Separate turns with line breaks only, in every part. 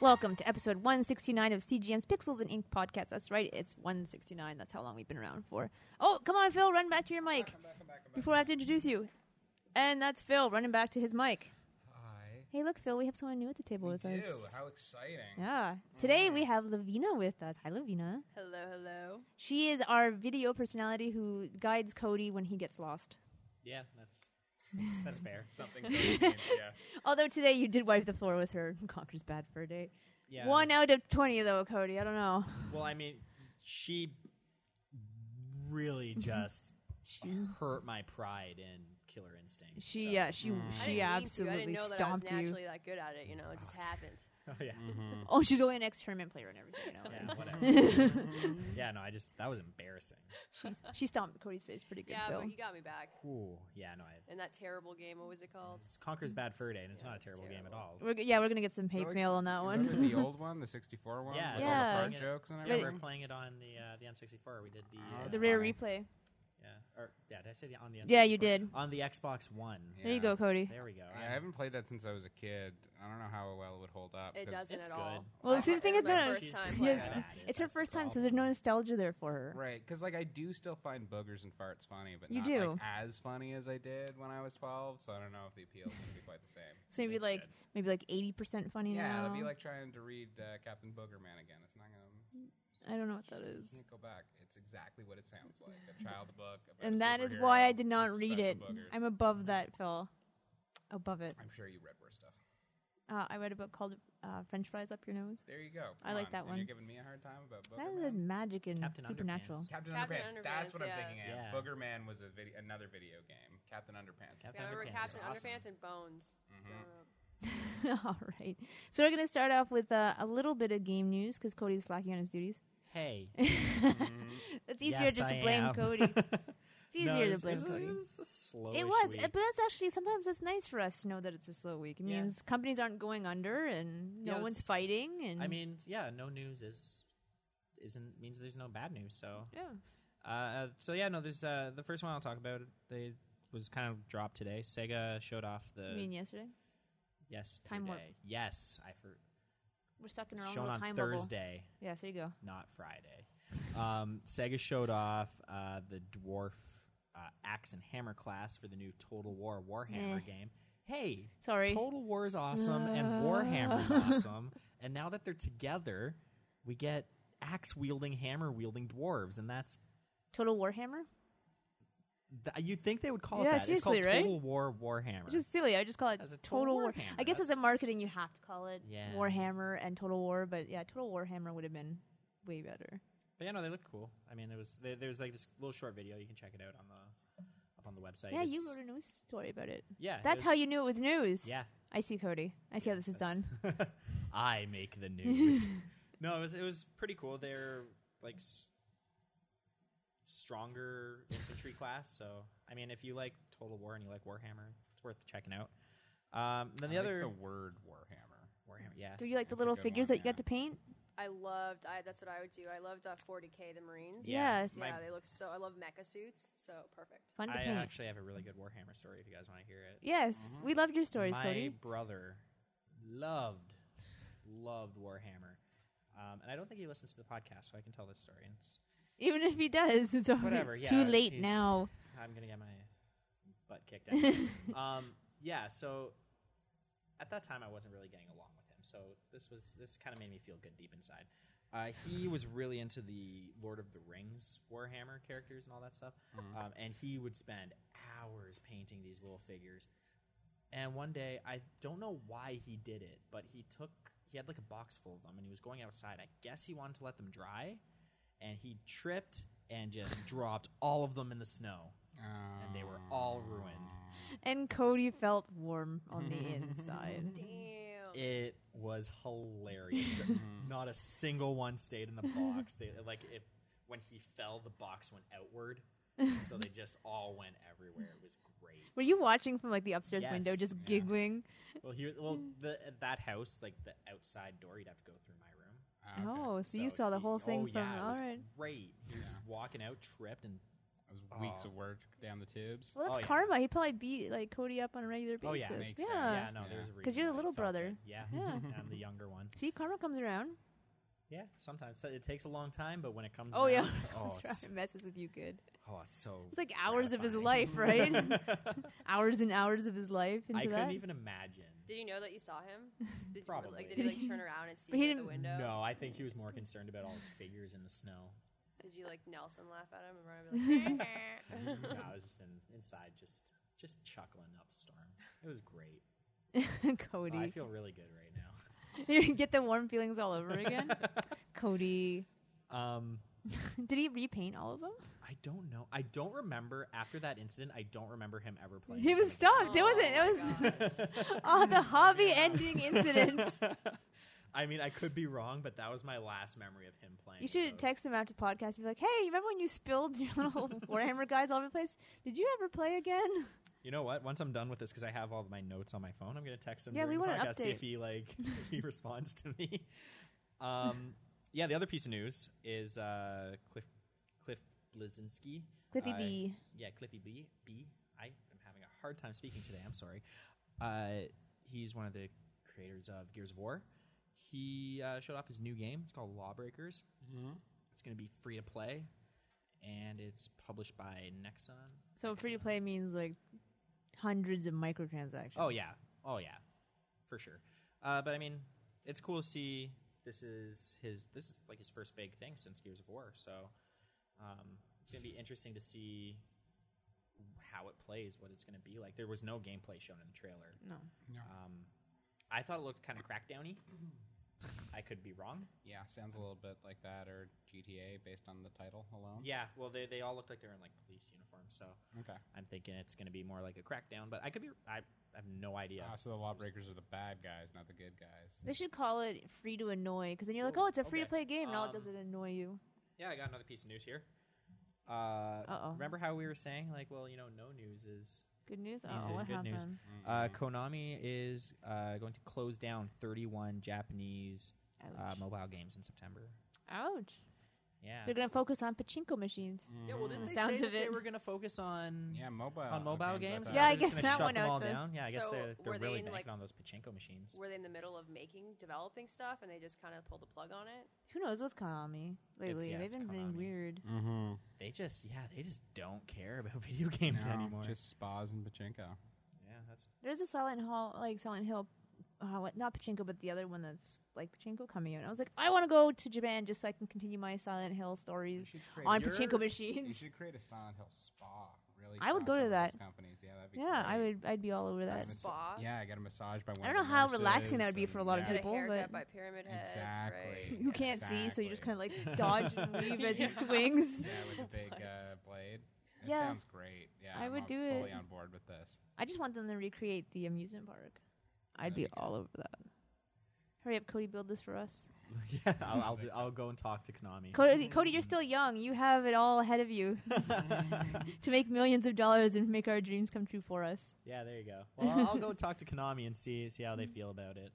Welcome to episode 169 of CGM's Pixels and Ink podcast. That's right, it's 169. That's how long we've been around for. Oh, come on, Phil, run back to your mic before I have to introduce you. And that's Phil running back to his mic.
Hi.
Hey, look, Phil, we have someone new at the table with us.
Ew, how exciting.
yeah. Today we have Lavina with us. Hi, Lavina.
Hello, hello.
She is our video personality who guides Cody when he gets lost.
Yeah, that's that's fair.
Something convenient, yeah.
Although today you did wipe the floor with her. Conker's bad for a day.
Yeah,
One
that's-
out of 20, though, Cody. I don't know.
Well, I mean, she
Mm-hmm.
really just hurt my pride in Killer Instinct.
She,
so-
yeah, she,
I
she
didn't mean to. I
absolutely
didn't know that I was
stomped you.
naturally that good at it. You know, it just happened.
Oh, yeah,
Oh, she's only an ex tournament player and everything. You know,
yeah, whatever.
Mm-hmm.
yeah, no, I just that was embarrassing.
she's, she stomped Cody's face pretty good.
yeah,
Phil.
but you got me back
Ooh, yeah, no, I,
in that terrible game. What was it called?
it's Conker's Bad Fur Day, and it's
Yeah,
not a
it's
terrible, game at all.
terrible.
we're, g- yeah, we're gonna get some hate
So, like,
mail on that one.
Remember the old one, the 64 one?
Yeah,
With
Yeah.
all the fart jokes and
I remember
everything?
playing it on the uh, the N64. We did the uh,
that's
Ah, the rare
funny.
replay.
yeah, or yeah, did I say the on the N64?
Yeah, you did.
on the Xbox One.
Yeah.
There you go, Cody.
There we go.
Yeah, I haven't played that since I was a kid. I don't know how well it would hold up.
It
'cause-
doesn't
it's
at all.
good.
Well,
I-
see, the
it
thing
was
is,
my
no, no,
first
she's
time
just
playing
bad
yeah,
it.
at it.
it's her
That's the
first time, so
problem.
there's no nostalgia there for her.
Right, because like I do still find boogers and farts funny, but
You
not
do.
like, as funny as I did when I was 12. So I don't know if the appeal is going to be quite the same.
So maybe
It's
like
good.
maybe like eighty percent funny
Yeah,
now.
it'll be like trying to read uh, Captain Boogerman again. It's not going
I don't know what that
to
is.
can't go back. It's exactly what it sounds like a child book. about a
And that is
superhero
why I did not
with
read
special
it.
boogers.
I'm above that, Phil. Above it.
I'm sure you read worse stuff.
Uh, I read a book called uh, French Fries Up Your Nose.
There you go. Come
I like
on.
that
And
one.
You're giving me a hard time about Booger
That is
Man?
magic and
Captain
supernatural.
Underpants.
Captain,
Captain
Underpants.
Underpants,
That's what
yeah.
I'm thinking of.
Yeah.
Booger Man was a video, another video game. Captain Underpants. Mm-hmm.
Captain
Yeah, I remember
Underpants
Captain
is awesome.
Underpants and Bones.
Hmm.
Uh,
All right. So we're going to start off with uh, a little bit of game news because Cody's slacking on his duties.
Hey,
It's easier
Mm-hmm. Yes,
just to
I
blame
am.
Cody. It's
No,
easier
it was-
to blame
it was,
Cody.
It was a slowish
It was,
week.
uh, but that's actually sometimes that's nice for us to know that it's a slow week. It
Yeah.
means companies aren't going under and no
Yeah, it's-
one's fighting. And
I mean, yeah, no news is isn't means there's no bad news. So,
yeah,
uh, so yeah, no, there's uh, the first one I'll talk about. They was kind of dropped today. Sega showed off the
I mean yesterday
yes
Time Warp.
today. Yes, I for,
we're stuck in our own
shown
little
on
time bubble.
Thursday,
Yeah, so there you go.
not Friday. Um, Sega showed off uh, the dwarf uh, axe and hammer class for the new Total War Warhammer
Eh.
game. Hey,
Sorry.
Total War is awesome and Warhammer is awesome. And now that they're together, we get axe wielding, hammer wielding dwarves, and that's
Total Warhammer.
th- uh, you'd think they would call
Yeah,
it that. It's called
seriously, right?
Total War Warhammer.
Which is silly. I just call it
That's a
Total
Total
War.
Warhammer.
I guess as a
That's-
marketing, you have to call it
Yeah.
Warhammer and Total War. But yeah, Total Warhammer would have been way better.
but yeah, no, they look cool. I mean, there was there, there's like this little short video. You can check it out on the up on the website.
Yeah,
It's-
you wrote a news story about it.
Yeah, it
that's how
was-
you knew it was news.
Yeah,
I see, Cody. I see how this is
That's-
done.
I make the news. no, it was it was pretty cool. They're like s- stronger infantry class. So I mean, if you like Total War and you like Warhammer, it's worth checking out. Um, then the
I like
other
the word Warhammer.
Warhammer, yeah,
Do you like the
That's a
little
good
figures
one,
that you got
yeah.
to paint?
I loved. I that's what I would do. I loved uh, 40k the Marines.
Yeah. Yes.
my-
yeah, they look so. I love mecha suits. So perfect.
Fun to
I
paint.
actually have a really good Warhammer story if you guys want to hear it.
yes, we loved your stories,
my
Cody.
brother loved loved Warhammer, um, and I don't think he listens to the podcast, so I can tell this story. And it's,
Even if he does, it's, always,
Whatever,
it's
yeah,
too late
she's-
now.
I'm gonna get my butt kicked. Out. um, yeah. So at that time, I wasn't really getting along with him. So this was this kind of made me feel good deep inside. Uh, he was really into the Lord of the Rings Warhammer characters and all that stuff, um, and he would spend hours painting these little figures. And one day, I don't know why he did it, but he took he had like a box full of them, and he was going outside. I guess he wanted to let them dry, and he tripped and just dropped all of them in the snow,
Oh.
and they were all ruined.
And Cody felt warm on the inside.
Damn.
It was hilarious.
Mm-hmm.
Not a single one stayed in the box. They like it when he fell, the box went outward, so they just all went everywhere. It was great.
Were you watching from like the upstairs
Yes.
window, just
Yeah.
giggling?
Well, here's well the at that house, like the outside door, you'd have to go through my room.
Ah, okay.
Oh, so, you saw the
he-
whole thing
oh,
from
yeah, it
all
was
right.
Great. He was walking out, tripped, and
That was weeks
Oh.
of work down the tubes.
Well, that's
Oh, yeah.
karma. He probably beat like Cody up on a regular basis.
Oh, yeah,
makes sense.
yeah.
yeah, no,
Yeah.
there's a reason.
'Cause you're the
why it
little
felt
brother.
good. Yeah.
Yeah.
I'm the younger one.
See, karma comes around.
Yeah, sometimes So it takes a long time, but when it comes,
Oh, yeah.
around, oh, it's,
messes with you good.
oh, it's so.
It's like hours of his life, right?
gratifying.
hours and hours of his life into
I couldn't
that.
even imagine.
Did you know that you saw him? Did you,
Probably.
like, did you like turn around and see
But he
him at the
didn't-
window?
No, I think he was more concerned about all his figures in the snow.
Did you like Nelson laugh at him and run and be like?
no, I was just in, inside, just just chuckling up a storm. It was great. Oh, I
Cody,
feel really good right now.
you get the warm feelings all over again. Cody,
Um,
did he repaint all of them?
I don't know. I don't remember after that incident. I don't remember him ever playing.
He
the
was
video
stuffed. it
Oh
wasn't.
my
It was
God.
oh, the hobby-ending incident.
I mean, I could be wrong, but that was my last memory of him playing.
You
with
should
those.
text him after the podcast and be like, "Hey, you remember when you spilled your little Warhammer guys all over the place? Did you ever play again?"
You know what? Once I'm done with this, because I have all of my notes on my phone, I'm going to text him.
Yeah,
during
we
the
want an
podcast, See
update.
if he like if he responds to me. Um, yeah. The other piece of news is uh, Cliff Cliff Blazinski.
Cliffy
uh,
B.
Yeah, Cliffy B. B. I am having a hard time speaking today. I'm sorry. Uh, he's one of the creators of Gears of War. He uh, showed off his new game. It's called Lawbreakers.
Mhm.
It's going to be free to play, and it's published by Nexon.
So
Nexon?
free to play means like hundreds of microtransactions.
Oh yeah, oh yeah, for sure. Uh, but I mean, it's cool to see. This is his. This is like his first big thing since Gears of War. So um, it's gonna be interesting to see how it plays, what it's gonna be like. There was no gameplay shown in the trailer.
No.
Um, I thought it looked kind of crackdowny. I could be wrong.
Yeah, sounds a little bit like that or GTA based on the title alone.
Yeah, well, they, they all looked like they were in like police uniforms, so
Okay.
I'm thinking it's going to be more like a crackdown. But I could be. I, I have no idea.
Ah, so the lawbreakers are the bad guys, not the good guys.
They should call it free to annoy because then you're like,
Ooh,
"Oh, it's a free to play
okay.
game," and all it
Um,
does is annoy you.
Yeah, I got another piece of news here. Uh,
Uh-oh.
Remember how we were saying, like, well, you know, no news is.
Good news.
means
Oh,
there's
what
good
happened?
news. Uh,
Mm-hmm.
Konami is uh, going to close down 31 Japanese uh,
Ouch.
mobile games in September.
Ouch.
Yeah.
They're gonna focus on pachinko machines.
yeah, well, didn't
The
they
sounds
say that
of
they
it.
were going to focus on
yeah, mobile uh,
on mobile Oh, games?
Yeah,
Now
I
they're just
guess
gonna
that
shut
one
them
out
all
the-
down. Yeah, I guess
So,
they're, they're
were they
really
in,
banking
like-
on those pachinko machines.
Were they in the middle of making developing stuff and they just kind of pulled the plug on it?
Who knows with Konami lately?
yeah,
They've
it's
been
Konami.
being weird.
Mm-hmm.
They just, yeah, they just don't care about video games anymore.
Just spas and pachinko.
yeah, that's
There's a Silent Hall, like Silent Hill, uh, what, not Pachinko, but the other one that's like Pachinko coming out. And I was like, I want to go to Japan just so I can continue my Silent Hill
You
stories
should create-
on
You're-
Pachinko
You
machines.
should create a Silent Hill spa. Really,
I would go
cross
to
over
that.
those Companies. Yeah, that'd be
Yeah, I
great.
would. I'd be all over that.
Massa-
Spa?
Yeah, I got a massage by one.
I don't
of
know
the
how relaxing
nurses
that would be
and-
for a lot of
yeah.
Get
people,
a
but-
haircut by Pyramid Head.
Exactly.
Right?
Who can't see, so you just kind of like dodge and weave as he
Yeah.
swings.
Yeah, with a big
What?
uh, blade. That
Yeah.
sounds great. Yeah,
I
I'm
would
on-
do
Fully
it.
on board with this.
I just want them to recreate the amusement park. I'd
That'd
be
be good.
all over that. Hurry up, Cody! Build this for us.
yeah. I'll I'll, do, I'll go and talk to Konami.
Cody, Cody, you're still young. You have it all ahead of you to make millions of dollars and make our dreams come true for us.
Yeah, there you go. Mm-hmm. Well, I'll- I'll go talk to Konami and see see how they feel about it.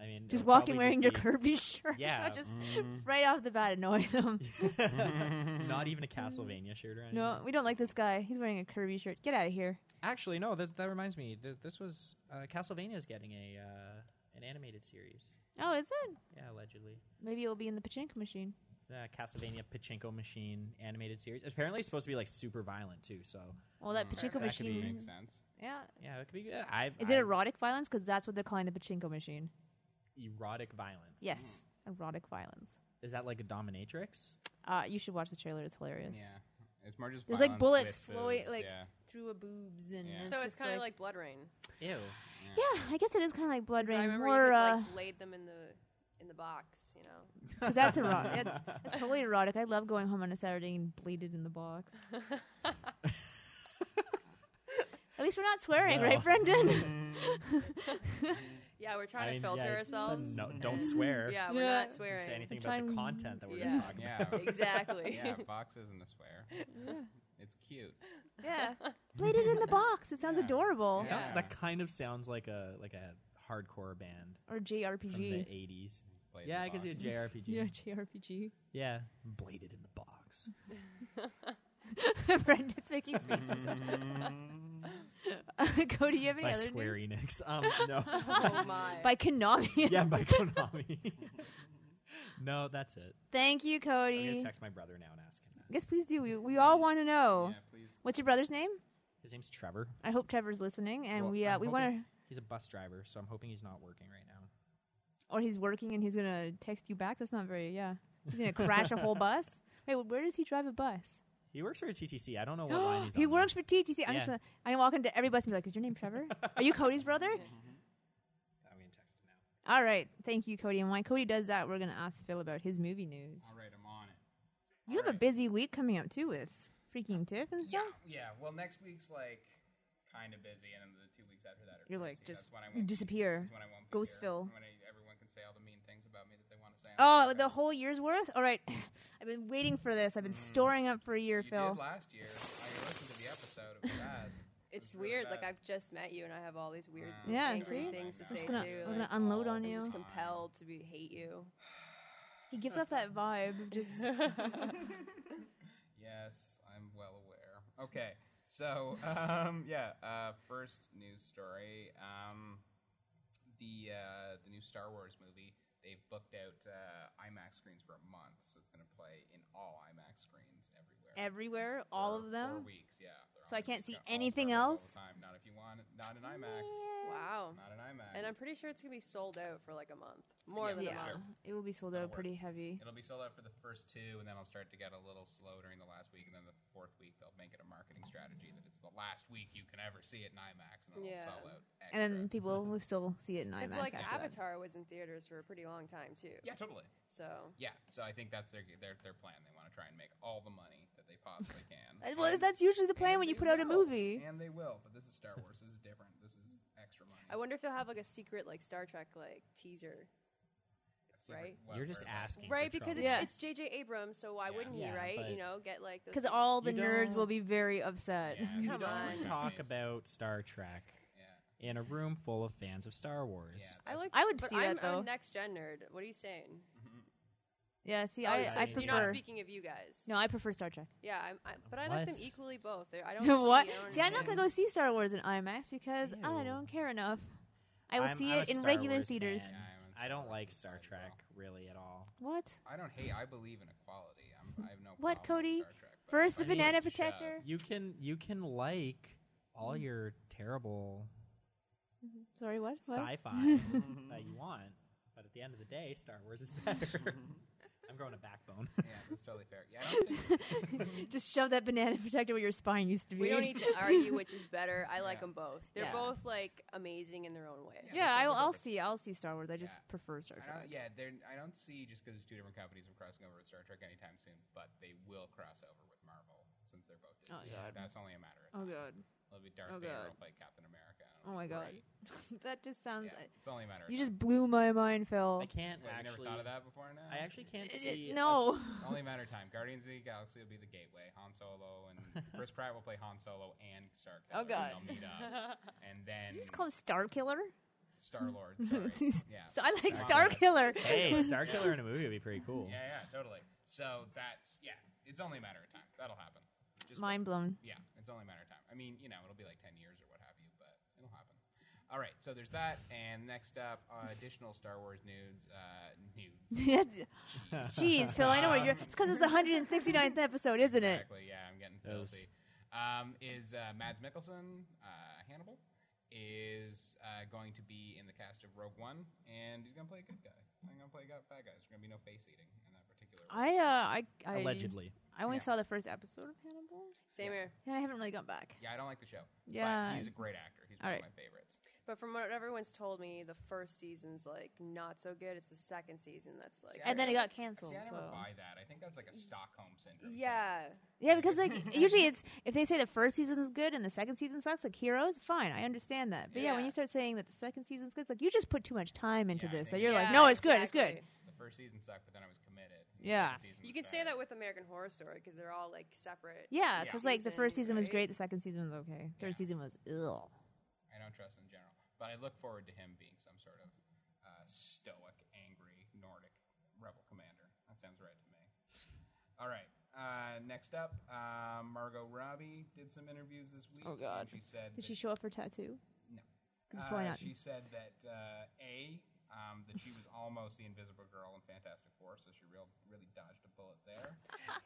I mean,
Just
it'll
walk in
probably
wearing your
just
Kirby shirt.
Yeah. Mm.
Not just
Mm-hmm.
right off the bat annoy them.
be- not even a Castlevania shirt or anything.
No, we don't like this guy. He's wearing a Kirby shirt. Get out of here.
actually, no. That, that reminds me. Th- this was uh, Castlevania's getting a uh, an animated series.
Oh, is it?
Yeah, allegedly.
Maybe it'll be in the pachinko machine.
The Castlevania Pachinko Machine animated series. Apparently, it's supposed to be like super violent too. So
Well, that
Mm.
pachinko
That could be-
machine.
Makes sense.
Yeah.
yeah, it could be good. I,
Is
I,
it erotic violence? Because that's what they're calling the pachinko machine.
erotic violence?
Yes, erotic violence.
Is that like a dominatrix?
Uh, you should watch the trailer. It's hilarious.
Yeah, it's more just.
There's, like,
violence
bullets
with
flowing,
boobs,
like-
yeah.
Through a boobs and.
Yeah.
it's
So it's
just
kind of like, Blood Rain.
Ew.
Yeah, I guess it is kind of like Blood
'Cause I
Rain.
remember
More.
you could,
uh
like, laid them in the in the box. You know.
'cause that's erotic. That's totally erotic. I love going home on a Saturday and bleeded in the box. At least we're not swearing,
No.
right, Brendan?
Yeah, we're
I
trying
mean,
to filter
yeah,
ourselves.
No, don't
and-
swear.
Yeah, we're
Yeah.
not
Don't
Don't
swearing.
say anything
Try
about the
and-
content that we're
Yeah.
gonna talk about.
Yeah,
Exactly.
yeah. Box isn't a swear. It's cute.
Yeah. Bleeded in the box. It sounds
Yeah.
adorable.
It sounds
Yeah.
that kind of sounds like a like a hardcore band
Or
from the
JRPG.
eighties.
Blade in
Yeah,
the
I guess
box.
it's JRPG.
JRPG.
yeah, bladed in the box.
Brendan's making faces. Cody, do you have any
by
other
Square
news?
Enix. Um, no.
Oh my.
By Konami.
yeah, by Konami. no, that's it.
Thank you,
I'm
Cody.
gonna text my brother now and ask him that.
Yes, please do. We, we all want to know.
Yeah, please.
What's your brother's name?
His name's Trevor.
I hope Trevor's listening, and
Well,
we uh,
I'm
we
hoping-
want to,
He's a bus driver, so I'm hoping he's not working right now.
or he's working and he's gonna text you back. That's not very, yeah. He's gonna crash a whole bus. Wait, where does he drive a bus?
He works for a TTC. I don't know what line he's on.
he works for TTC. I'm
Yeah.
just gonna, I'm gonna walk into every bus and be like, "Is your name Trevor? Are you Cody's brother?"
I'm gonna text him now.
All right, thank you, Cody. And while Cody does that, we're gonna ask Phil about his movie news.
All right, I'm on it.
You have a
Alright.
busy week coming up too with freaking Tiff and
Yeah,
stuff.
yeah. Well, next week's like kind of busy, and then the two weeks after that are
You're
crazy.
like just
That's when I
you
won't be-
disappear.
that's when I won't be
Ghost
here,
Phil.
When I, everyone can say all the mean things about me that they want to say. on
Oh,
the
the
show.
whole year's worth. All right, I've been waiting for this. I've been
Mm.
storing up for a year,
you
Phil.
did last year. I listened to the episode. It was bad.
It's
It's really
weird. like
bad.
I've just met you, and I have all these weird,
Wow.
Yeah,
angry
see?
things to
I'm
say
just gonna-
too.
I'm gonna
like,
unload
all
on
the
I'm just
you.
time.
compelled to be hate you.
He gives off that vibe. of Just
Yes, I'm well aware. Okay, so um, yeah, uh, first news story: um, the uh, the new Star Wars movie. They've booked out uh, IMAX screens for a month, so it's going to play in all IMAX screens everywhere.
everywhere, all
For
of them.
Four weeks, yeah. They're
So I
all
can't see
just got all
anything
Star Wars all
else?
the time. Not if you want, not in IMAX.
Wow.
Not in IMAX.
And I'm pretty sure it's gonna be sold out for like a month,
Yeah,
more than
Yeah,
a
sure.
month.
it will be sold
That'll
out
work.
pretty heavy.
It'll be sold out for the first two, and then I'll start to get a little slow during the last week, and then the fourth week they'll make it a marketing strategy that it's the last week you can ever see it in IMAX, and it'll
Yeah.
sell out. Extra.
And then people will still see it in
Because
IMAX.
like
after that.
Avatar was in theaters for a pretty long time too.
yeah, totally.
So
Yeah, so I think that's their their, their plan. They want to try and make all the money that they possibly can.
Uh, Well,
And-
that's usually the plan
and
when you put
they
out a
will.
movie.
and they will. But this is Star Wars. This is different. This is extra money.
I wonder if they'll have like a secret like Star Trek like teaser.
A secret
right?
web
You're just
where that's-
asking. for
Right, because
trouble.
it's
Yeah.
it's JJ Abrams, so why
Yeah.
wouldn't
Yeah,
he, right?
but-
You know, get like those
Because all the
You
nerds will
don't-
be very upset.
Yeah,
Come
these are
on.
companies.
talk about Star Trek
Yeah.
in a room full of fans of Star Wars.
Yeah.
I like
I would
but
see
I'm,
that, though.
I'm next gen nerd. What are you saying?
Yeah, see,
Oh,
I,
you're
I
saying
saying- You're not
prefer.
speaking of you guys.
No, I prefer Star Trek.
Yeah, I'm, I, but I like them
What?
equally both. They're, I don't see,
what?
I don't
See, I'm not gonna
understand.
go see Star Wars in IMAX because I
Ew.
don't care enough. I will
I'm-
see
I'm a
it in
Star
regular
Wars
theaters.
fan.
Yeah, I'm a
I
Star
don't
Wars
like
fan
Star
as
Trek really at all.
What?
I don't hate. I believe in equality. I'm, I have no.
What,
problem
Cody?
with Star Trek, but
First the
I mean,
banana
it's a shove.
protector.
You can you can like all
Mm-hmm.
your terrible
Sorry, what? What?
sci-fi that you want, but at the end of the day, Star Wars is better. I'm growing a backbone.
Yeah, that's totally fair. Yeah, I don't think,
Just shove that banana protector where your spine used to be.
We don't need to argue which is better. I
Yeah.
like them both. They're
Yeah.
both like amazing in their own way.
Yeah.
Yeah, I'll,
there's something
I'll
over-
see. I'll see Star Wars. I just
Yeah.
prefer Star
I
Trek.
don't, yeah, they're, I don't see just because it's two different companies them crossing over with Star Trek anytime soon, but they will cross over with Marvel since they're both
Oh,
Disney.
God.
That's only a matter of
Oh
time.
god.
It'll be Darth
Oh,
Vader
God.
will play Captain America. and
Oh
it'll be
my god.
great.
that just sounds.
Yeah, it's only a matter of
you just
time.
blew my mind, Phil.
I can't
What, you never
actually.
thought of that before now?
I actually can't
It- it-
see. a
no.
s-
only a matter of time. Guardians of the Galaxy will be the gateway. Han Solo and Chris Pratt will play Han Solo and Star
Oh, God.
They'll meet up. And then
Did you just call him Star Killer.
Star Lord. Sorry. Yeah.
So I like
Star
Star
Lord.
Killer.
hey, Star Killer in a movie would be pretty cool.
Yeah, yeah, totally. So that's yeah, it's only a matter of time. That'll happen. Just
Mind blown.
yeah, it's only a matter of time. I mean, you know, it'll be like ten years or what have you, but it'll happen. All right, so there's that, and next up, uh, additional Star Wars nudes. Uh, nudes.
Jeez, Phil. I know what you're. It's because it's the 169th episode, isn't it?
exactly. Yeah, I'm getting
That was-
filthy. Um, is uh, Mads Mikkelsen uh, Hannibal is uh, going to be in the cast of Rogue One, and he's gonna play a good guy. I'm gonna play a guy- bad guy. There's gonna be no face eating in that particular. role.
I uh, I, I
Allegedly.
I only
Yeah.
saw the first episode of Hannibal,
Same here.
and I haven't really gone back.
Yeah, I don't like the show.
Yeah.
but he's a great actor. He's
All
one
right.
of my favorites.
But from what everyone's told me, the first season's like not so good. It's the second season that's like.
And then it got canceled.
See, I never
so.
buy that. I think that's like a Stockholm syndrome. thing.
Yeah.
Yeah, because like usually it's if they say the first season's good and the second season sucks, like Heroes, fine, I understand that. But yeah, when
Yeah.
you start saying that the second season's good, it's like you just put too much time into
Yeah, I
this.
think-
That you're like,
Yeah,
no, it's good, it's good.
exactly.
The first season sucked, but then I was committed. and the
Yeah.
second season was
You can say
better.
that with American Horror Story because they're all like separate.
Yeah,
Yeah.
because like the first season was
right?
great, the second season was okay, third
Yeah.
season was ill.
I don't trust in general, but I look forward to him being some sort of uh, stoic, angry Nordic rebel commander. That sounds right to me. All right. Uh, next up, uh, Margot Robbie did some interviews this week.
Oh, God.
and she said
Did
that-
she show up for tattoo?
No.
It's
Uh,
probably not.
She said that uh, a um, that she was almost the Invisible Girl in Fantastic Four, so she real, really dodged a bullet there.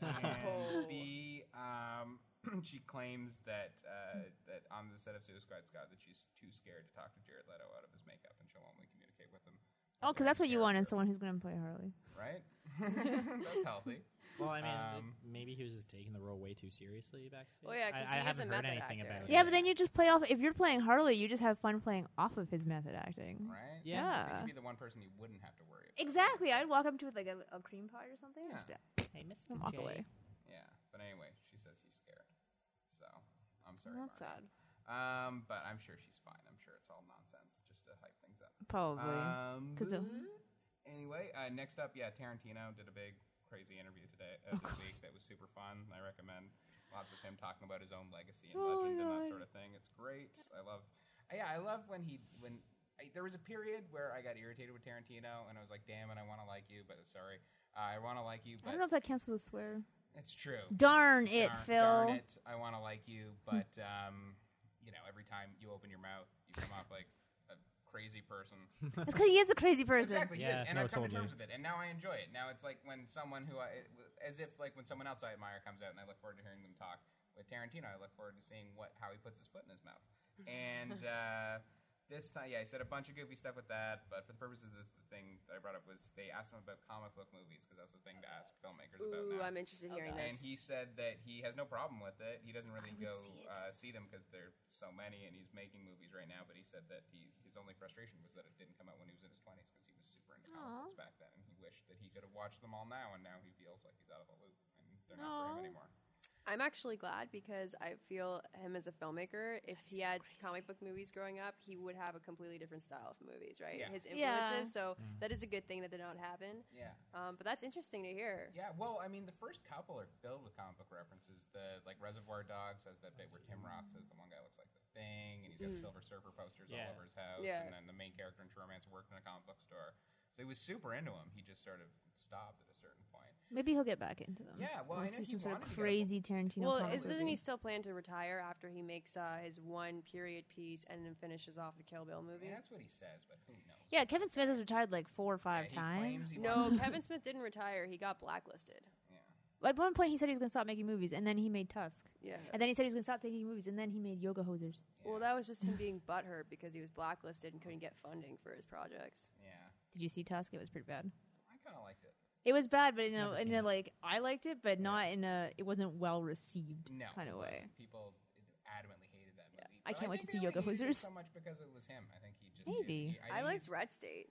and b um, she claims that uh, that on the set of Suicide Squad that she's too scared to talk to Jared Leto out of his makeup, and she'll only communicate with him.
Oh, because that's what you want in
Character,
someone who's going to play Harley.
right? that's healthy.
Well, I mean, it-
Um,
maybe he was just taking the role way too seriously backstage.
Oh,
Well, yeah, 'cause he is
I, I
a
haven't heard
method
anything
actor.
about it.
Yeah, but then you just play off. If you're playing Harley, you just have fun playing off of his method acting.
Right?
Yeah.
Then
Yeah.
You'd be the one person you wouldn't have to worry. About.
Exactly. I'd walk up to it like a, a cream pie or something. and Just be
Yeah.
like,
Hey, Mr.
and walk
J.
away.
Yeah. But anyway, she says he's scared. So I'm sorry.
That's
Margot.
sad.
Um, but I'm sure she's fine. I'm sure it's all nonsense just to hype things up.
Probably.
Um,
'Cause they'll-
but anyway, uh, next up, yeah, Tarantino did a big crazy interview today uh, this week that was super fun. I recommend lots of him talking about his own legacy
Oh
and
my
legend and that
God.
sort of thing. It's great. I love. uh, Yeah, I love when he when. I, there was a period where I got irritated with Tarantino, and I was like, "Damn it, I want to like you, but sorry, uh, I want to like you,
I
but
don't know if that counts as a swear.
it's true."
Darn it,
Darn-
Phil.
darn it, I want to like you, but um, you know, every time you open your mouth, you come off like a crazy person.
It's because he is a crazy person.
exactly, he is,
Yeah,
and
no,
I've come to
totally.
terms with it, and now I enjoy it. Now it's like when someone who I, as if like when someone else I admire comes out, and I look forward to hearing them talk. With Tarantino, I look forward to seeing what how he puts his foot in his mouth, and. uh this time, yeah, he said a bunch of goofy stuff with that, but for the purposes of this, the thing that I brought up was they asked him about comic book movies because that's the thing to ask filmmakers about
Ooh,
now.
I'm interested in hearing
And
this.
he said that he has no problem with it. He doesn't really
would
go
see it.
uh, see them because there's so many, and he's making movies right now. But he said that he, his only frustration was that it didn't come out when he was in his twenties because he was super
Aw.
into comic books back then, and he wished that he could have watched them all now. And now he feels like he's out of the loop, and they're not for him
Aw.
anymore.
I'm actually glad because I feel him as a filmmaker. If he had comic book movies growing up, he would have a completely different style of movies, right?
Yeah.
His
Yeah.
influences. So that is a good thing that did not happen.
Yeah,
Um, but that's interesting to hear.
yeah. Well, I mean, the first couple are filled with comic book references. The like Reservoir Dogs has that bit where Tim Roth says the one guy looks like the Thing, and he's got
Mm.
Silver Surfer posters
Yeah.
all over his house,
Yeah.
and then the main character in True Romance worked in a comic book store. So he was super into him. He just sort of stopped at a certain point.
Maybe he'll get back into them.
Yeah, well, I
We'll
know
Um, see
he
some sort
wanted
of
to get a-
crazy Tarantino.
Well,
comic
is, doesn't
movie.
he still plan to retire after he makes uh, his one period piece and then finishes off the Kill Bill
I
movie?
mean, that's what he says, but who knows?
Yeah, Kevin Smith has retired like four or
Yeah,
five
he
times.
claims he
No,
wants-
Kevin Smith didn't retire. He got blacklisted.
yeah.
At one point, he said he was going to stop making movies, and then he made Tusk.
Yeah.
And then he said he was going to stop taking movies, and then he made Yoga Hosers.
Well, that was just him being butthurt because he was blacklisted and couldn't get funding for his projects.
Yeah,
Did you see Tusk? It was pretty bad.
I kind of liked it.
It was bad, but you know,
Never seen
in a,
it.
like I liked it, but not in a. It wasn't well received.
No,
kind of
it
way.
wasn't. People adamantly hated that movie.
I
but
can't wait
think
to see
they only
Yoga
hated it
Hosers.
So much because it was him. I think he just
Maybe.
is- he-
I
think
liked
he's-
Red State.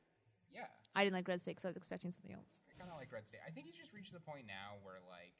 Yeah,
I didn't like Red State because I was expecting something else.
I kind of like Red State. I think he's just reached the point now where like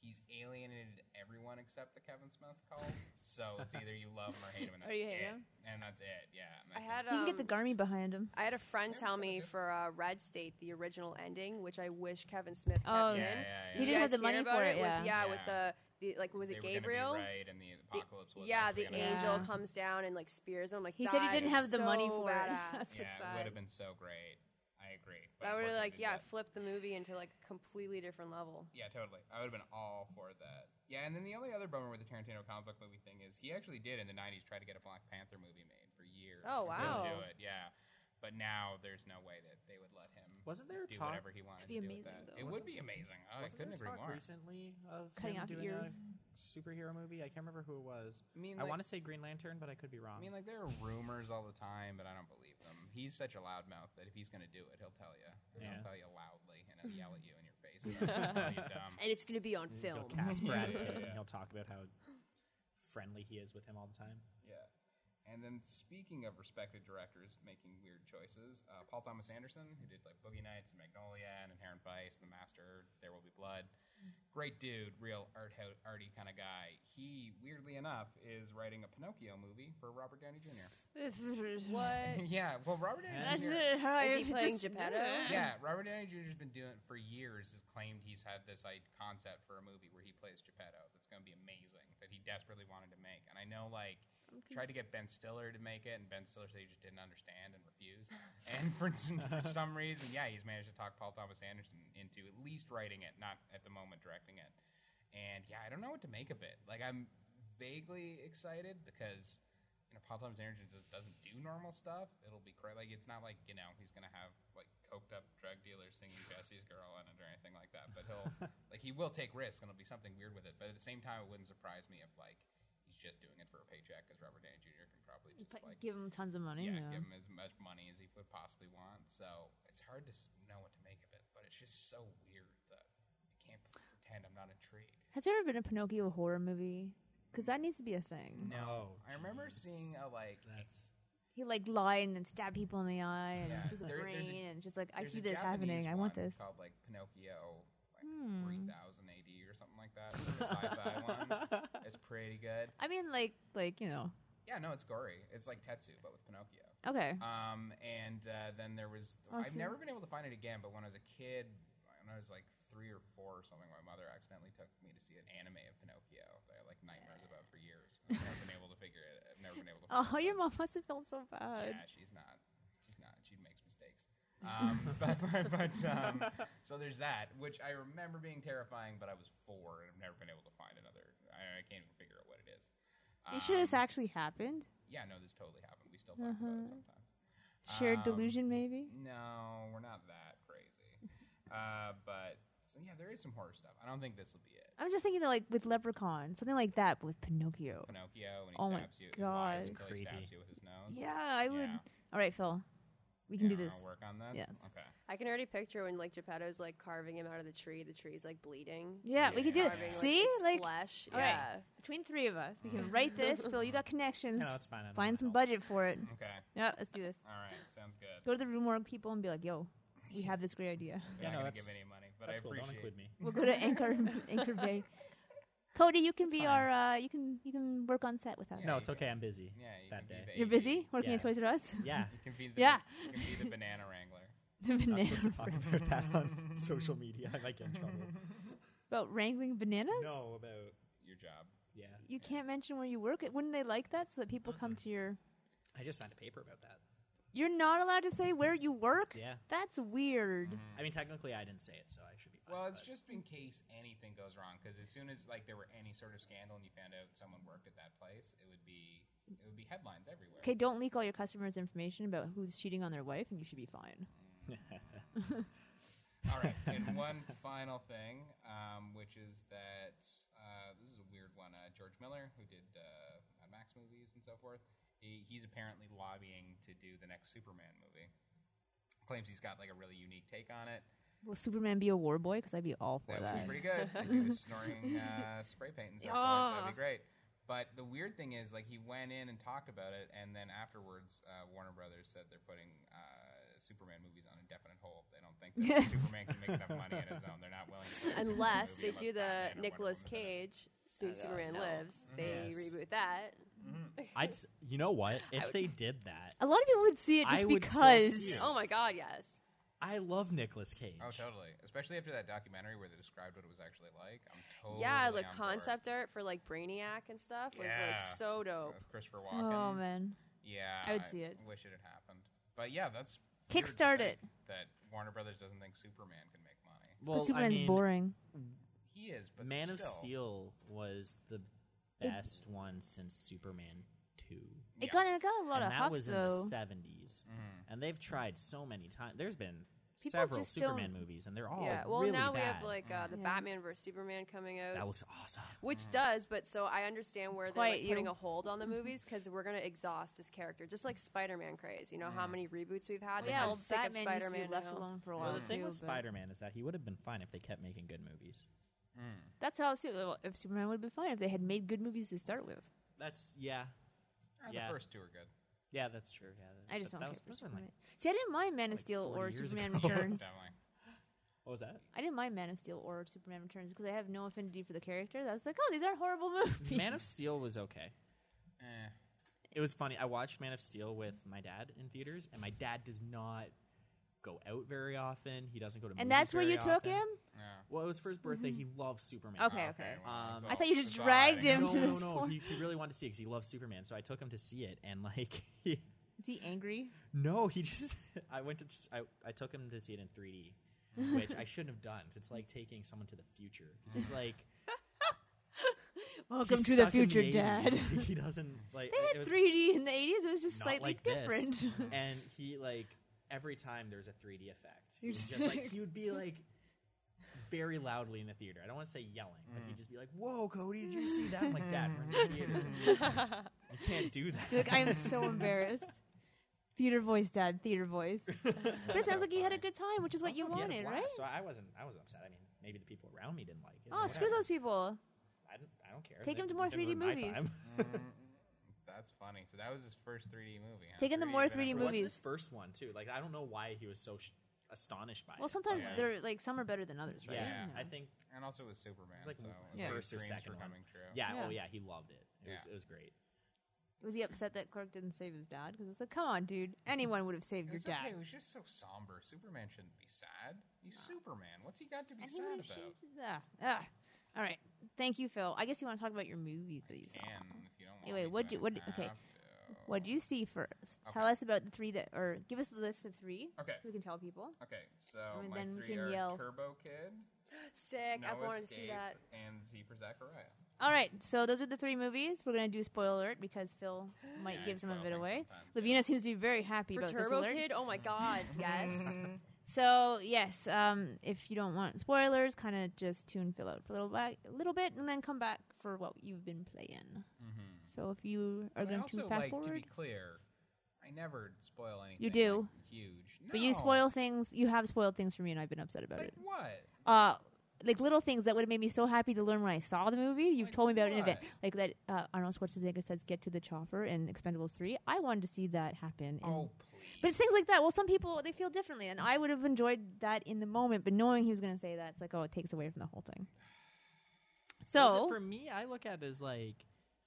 he's alienated everyone except the Kevin Smith cult. so it's either you love him or hate him, and
Or
that's
you hate
it.
him.
And that's it. Yeah. and
I
think-
had
you can get the
um,
Garmy behind him.
I had a friend
Yeah,
tell
it's kinda
me
different.
for uh, Red State the original ending, which I wish Kevin Smith kept
Oh,
in.
Yeah, yeah, yeah.
He
You
didn't have
guys
the
hear
money
about
for
it.
it, yeah.
with, yeah, with
Yeah.
the, the like, was
they
it
were gonna be
Gabriel?
Right, and the
The-
apocalypse. was
yeah,
actually
the
gonna happen.
angel
Yeah.
comes down and like spears him. Like
He said he
that
didn't
is
have the money
so
for it.
badass.
That's
Yeah, it
sad.
would have been so great. I agree. But
That would have
unfortunately
like
didn't
yeah
do it.
flipped the movie into like a completely different level.
Yeah, totally. I would have been all for that. Yeah, and then the only other bummer with the Tarantino comic book movie thing is he actually did in the '90s try to get a Black Panther movie made for years.
Oh,
and couldn't Do
wow.
it, yeah. But now there's no way that they would let him
Wasn't there
do
talk-
whatever he wanted
That'd be
to do
amazing,
with that.
though.
It would be amazing. Oh, I
Wasn't
couldn't agree
there talk
more.
recently of
Cutting
him
off
doing
ears.
a superhero movie. I can't remember who it was.
I mean,
I
like-
want to say Green Lantern, but I could be wrong.
I mean, like there are rumors all the time, but I don't believe them. He's such a loudmouth that if he's going to do it, he'll tell you. And
Yeah.
He'll tell you loudly, and he'll yell at you in your face. and he'll call you dumb.
And it's gonna be on film.
He'll cast Brad
Yeah, yeah,
Pitt, and
yeah.
he'll talk about how friendly he is with him all the time.
Yeah. And then speaking of respected directors making weird choices, uh, Paul Thomas Anderson, who did like Boogie Nights and Magnolia and Inherent Vice and The Master, There Will Be Blood, great dude, real art ho- arty kind of guy. He, weirdly enough, is writing a Pinocchio movie for Robert Downey Jr.
What?
yeah, well, Robert Downey
That's
Jr.
Is he playing Geppetto?
Yeah, Robert Downey Jr. has been doing it for years. Has claimed he's had this like, concept for a movie where he plays Geppetto. That's going to be amazing. That he desperately wanted to make. And I know like tried to get Ben Stiller to make it, and Ben Stiller said he just didn't understand and refused. and for, for some reason, yeah, he's managed to talk Paul Thomas Anderson into at least writing it, not at the moment directing it. and yeah, I don't know what to make of it. Like I'm vaguely excited because you know Paul Thomas Anderson just doesn't do normal stuff. It'll be cra Like it's not like you know he's gonna have like coked up drug dealers singing Jesse's Girl on it or anything like that. But he'll like he will take risks and it'll be something weird with it. But at the same time, it wouldn't surprise me if like he's just doing it for a paycheck because Robert Downey Jr. can probably just like
give him tons of money.
yeah, give him as much money as he would possibly want. So it's hard to s- know what to make of it, but it's just so weird that I can't pretend I'm not intrigued.
Has there ever been a Pinocchio horror movie? Because that needs to be a thing.
No,
I remember
jeez.
seeing a like.
That's
He like lie and then stab people in the eye and
Yeah,
through the
there-
brain
there's a-
and just like I
there's
see
a
this happening.
Japanese
I want
one
this.
Called like Pinocchio, like
Hmm.
3000 AD or something like that. Like a sci-fi one. It's pretty good.
I mean, like like you know.
Yeah, no, it's gory. It's like Tetsu, but with Pinocchio.
Okay.
Um, and uh, then there was
I'll
I've
Oh, see.
never been able to find it again, but when I was a kid, when I was like three or four or something, my mother accidentally took me to see an anime of Pinocchio that I had like nightmares about for years. I've never been able to figure it. I've never been able to.
Oh,
find it.
your mom must have felt so bad.
Yeah, she's not. She's not. She makes mistakes. Um, but but, but um, so there's that, which I remember being terrifying, but I was four and I've never been able to find another. I, I can't even figure out what it is.
You sure this
Um,
actually happened?
Yeah, no, this totally happened. We still talk about
Uh-huh.
it sometimes.
Shared
Um,
delusion, maybe.
No, we're not that crazy. uh, but so yeah, there is some horror stuff. I don't think this will be it.
I'm just thinking that like with Leprechaun, something like that, but with Pinocchio.
Pinocchio when he
Oh my
stabs you, he lies
God.
until he stabs
Creepy.
you with his nose.
Yeah, I would.
Yeah.
All right, Phil, we can
Yeah,
do this.
wanna Work on this.
Yes.
Okay.
I can already picture when like Geppetto's like carving him out of the tree. The tree's like bleeding.
Yeah,
Yeah,
we
you
can do it.
can carve it,
Carving, like,
See,
its
like
flesh.
Oh,
all right.
yeah.
between three of us, we can write this. Phil, you got connections.
no, it's fine. I know
Find
that
some
helps.
budget for it.
Okay.
Yeah, let's do this.
All right. Sounds good.
Go to the room work people and be like, "Yo, we have this great idea."
They're not
Yeah, no,
gonna
that's-
give any money, but
That's
I
cool. Don't
appreciate.
include me.
We'll go to Anchor Anchor Bay. Cody, you can be
fine.
our uh, you can you can work on set with us.
Yeah,
no,
you
it's okay. I'm busy.
Yeah, you
That
can
day.
be the
You're
AD.
busy working at
Yeah.
Toys R Us.
Yeah,
You can be the
Yeah.
You can be the banana wrangler.
The
I'm not supposed
banana-
to talk about that on social media. I might get in trouble.
about wrangling bananas.
no, about
Your job.
yeah.
You can't mention where you work. Wouldn't they like that so that people come to your?
I just signed a paper about that.
You're not allowed to say where you work.
Yeah. Mm-hmm.
That's weird.
I mean, technically, I didn't say it, so I should be fine.
Well, it's
but-
just in case anything goes wrong, because as soon as like there were any sort of scandal and you found out someone worked at that place, it would be it would be headlines everywhere.
Okay, don't leak all your customers' information about who's cheating on their wife, and you should be fine.
All right, and one final thing, um, which is that uh, this is a weird one. Uh, George Miller, who did uh, Mad Max movies and so forth, he, he's apparently lobbying to do the next Superman movie. Claims he's got like a really unique take on it.
Will Superman be a war boy? Because I'd be all for that.
That would be pretty good. If he was snorting uh, spray paint and stuff. like that, That'd
Oh.
be great. But the weird thing is, like, he went in and talked about it, and then afterwards, uh, Warner Brothers said they're putting uh, Superman movies on indefinite hold. They don't think that Superman can make enough money on his own. They're not willing. to make a Superman
Unless
movie
they do the
Batman or Wonder Mm-hmm.
Nicolas
Woman's in it.
Cage Su-
Oh,
Superman
no.
Lives. They
Yes.
reboot that.
Mm-hmm.
I'd s- you know what? If
would-
they did that,
A lot of people would see it
I
just
would still
because.
see it.
Oh my God, yes.
I love Nicolas Cage.
Oh, totally. Especially after that documentary where they described what it was actually like. I'm totally.
yeah, the
on board.
concept art for like Brainiac and stuff was like
Yeah.
so dope.
of Christopher Walken.
Oh man.
Yeah,
I would see it.
Wish it had happened. But yeah, that's weird to
Kickstart
think
it.
That Warner Brothers doesn't think Superman can make money.
but Superman's
I mean,
boring.
He is, but
Man of
still.
Steel was the best one since Superman two,
Yeah. Mm-hmm,
It got it got a lot
and
of
that
huff
was in the
though.
seventies. And they've tried so many times. There's been
People
several
just
Superman
don't-
movies, and they're all
yeah, well
Oh, really
now we
bad.
have like uh, the
Yeah.
Batman versus Superman coming out.
that looks awesome.
which does, but so I understand where they're
Quite
like, putting
you. Mm-hmm.
a hold on the movies because we're gonna exhaust this character, just like Spider-Man craze. You know how many reboots we've had. Like,
yeah,
I'm
old
sick
Batman
of
needs to
Spider-Man
be left
now.
alone for a while.
Well, the thing
too,
with
but-
Spider Man is that he would have been fine if they kept making good movies.
mm.
That's how Su- well, if Superman would have been fine if they had made good movies to start with.
That's yeah,
Ah,
Yeah.
The first two are good.
yeah, that's true. Yeah,
I just don't
but that
care
was-
for
those were, like-
Superman. See, I didn't mind Man of
like
Steel
40
or
years
Superman
ago.
Returns.
Definitely.
what was that?
I didn't mind Man of Steel or Superman Returns because I have no affinity for the characters. I was like, oh, these aren't horrible movies.
Man of Steel was okay.
Eh.
It was funny. I watched Man of Steel with my dad in theaters, and my dad does not go out very often. He doesn't go to.
and
movies
that's where you
very
took
often.
him. Mm-hmm.
Yeah.
Well, it was for his birthday. He loves Superman.
Okay,
Ah,
okay.
well, it's
Um,
I
all-
thought you just
it's all
dragged
adding
him
no,
up.
to
no,
this
no.
point.
He, he really wanted to see it because he loves Superman. So I took him to see it, and like, he,
Is he angry?
no, he just. I went to. Just, I I took him to see it in 3D, which I shouldn't have done. 'cause it's like taking someone to the future. 'Cause It's like
Welcome
he's
to the
stuck in
future,
80s.
Dad.
he doesn't like.
They
it
had
was-
3D in the 80s. It was just
not
slightly
like this.
different.
Mm.
and he like every time there's a 3D effect. He
You're
was
just
just like
like-
he would be like very loudly in the theater. I don't want to say yelling, but he'd just be like, "Whoa, Cody, did you see that?" I'm like, "Dad, we're in the theater. You can't do that."
Like I am so embarrassed. Theater voice, Dad. Theater voice. But it sounds like you had a good time, which is what you
He had a
wanted,
blast,
right?
So I wasn't. I wasn't upset. I mean, maybe the people around me didn't like it.
Oh, screw
whatever.
those people.
I don't, I don't care.
Take
They-
him to more
they didn't
3D
ruin my
movies.
time.
Mm, That's funny. So that was his first 3D movie. Huh?
Taking the
3D
more
event
3D
It
ever.
movie-
wasn't
movies.
his first one too. Like I don't know why he was so sh- astonished by it.
Well, sometimes
Yeah.
they're like some are better than others, right?
yeah,
Yeah.
I think
And also with Superman.
It's like
so
Yeah.
his
first or
dreams
second
were
one.
coming true.
yeah,
Yeah.
Oh yeah, he loved it. It was
Yeah.
it was great.
Was he upset that Clark didn't save his dad? Because it's like, come on, dude. Anyone would have saved
It
your
was
dad.
okay. It was just so somber. Superman shouldn't be sad. He's Superman. What's he got to be
And he
sad
would have
about?
shaved. Ah, ah. All right. Thank you, Phil. I guess you want to talk about your movies that you saw.
Can if you don't. want
Anyway,
me to,
what'd
I
you-
don't
what'd- okay.
have to.
What do you see first? Tell
Okay.
us about the three that, or give us the list of three,
Okay.
so we can tell people.
Okay, so
And
my
then we
three
can
are
yell.
Turbo Kid,
Sick.
Noah
I've wanted to see
Escape,
that.
and Z for Zachariah.
All right, so those are the three movies. We're gonna do spoiler alert because Phil might
Yeah, I
give some of
spoil
it
things
away.
sometimes, yeah.
Lavina seems to be very happy
For
about this
Turbo
alert.
Kid? Oh my god, yes.
Mm-hmm.
So yes, um, if you don't want spoilers, kind of just tune Phil out for a little back, a little bit, and then come back for what you've been playing.
Mm-hmm.
So if you are
I
going
also
to fast
like to
forward,
be clear. I never spoil anything.
do.
like, huge, no.
but you spoil things. You have spoiled things for me, and I've been upset about
Like
it.
what?
Uh, like little things that would have made me so happy to learn when I saw the movie. You've
Like
told me about it in
what?
advance, like that uh, Arnold Schwarzenegger says, "Get to the chopper" in Expendables Three. I wanted to see that happen. in
Oh please!
But it's things like that. Well, some people they feel differently, and I would have enjoyed that in the moment. But knowing he was going to say that, it's like, oh, it takes away from the whole thing.
Was it
So
for me, I look at it as like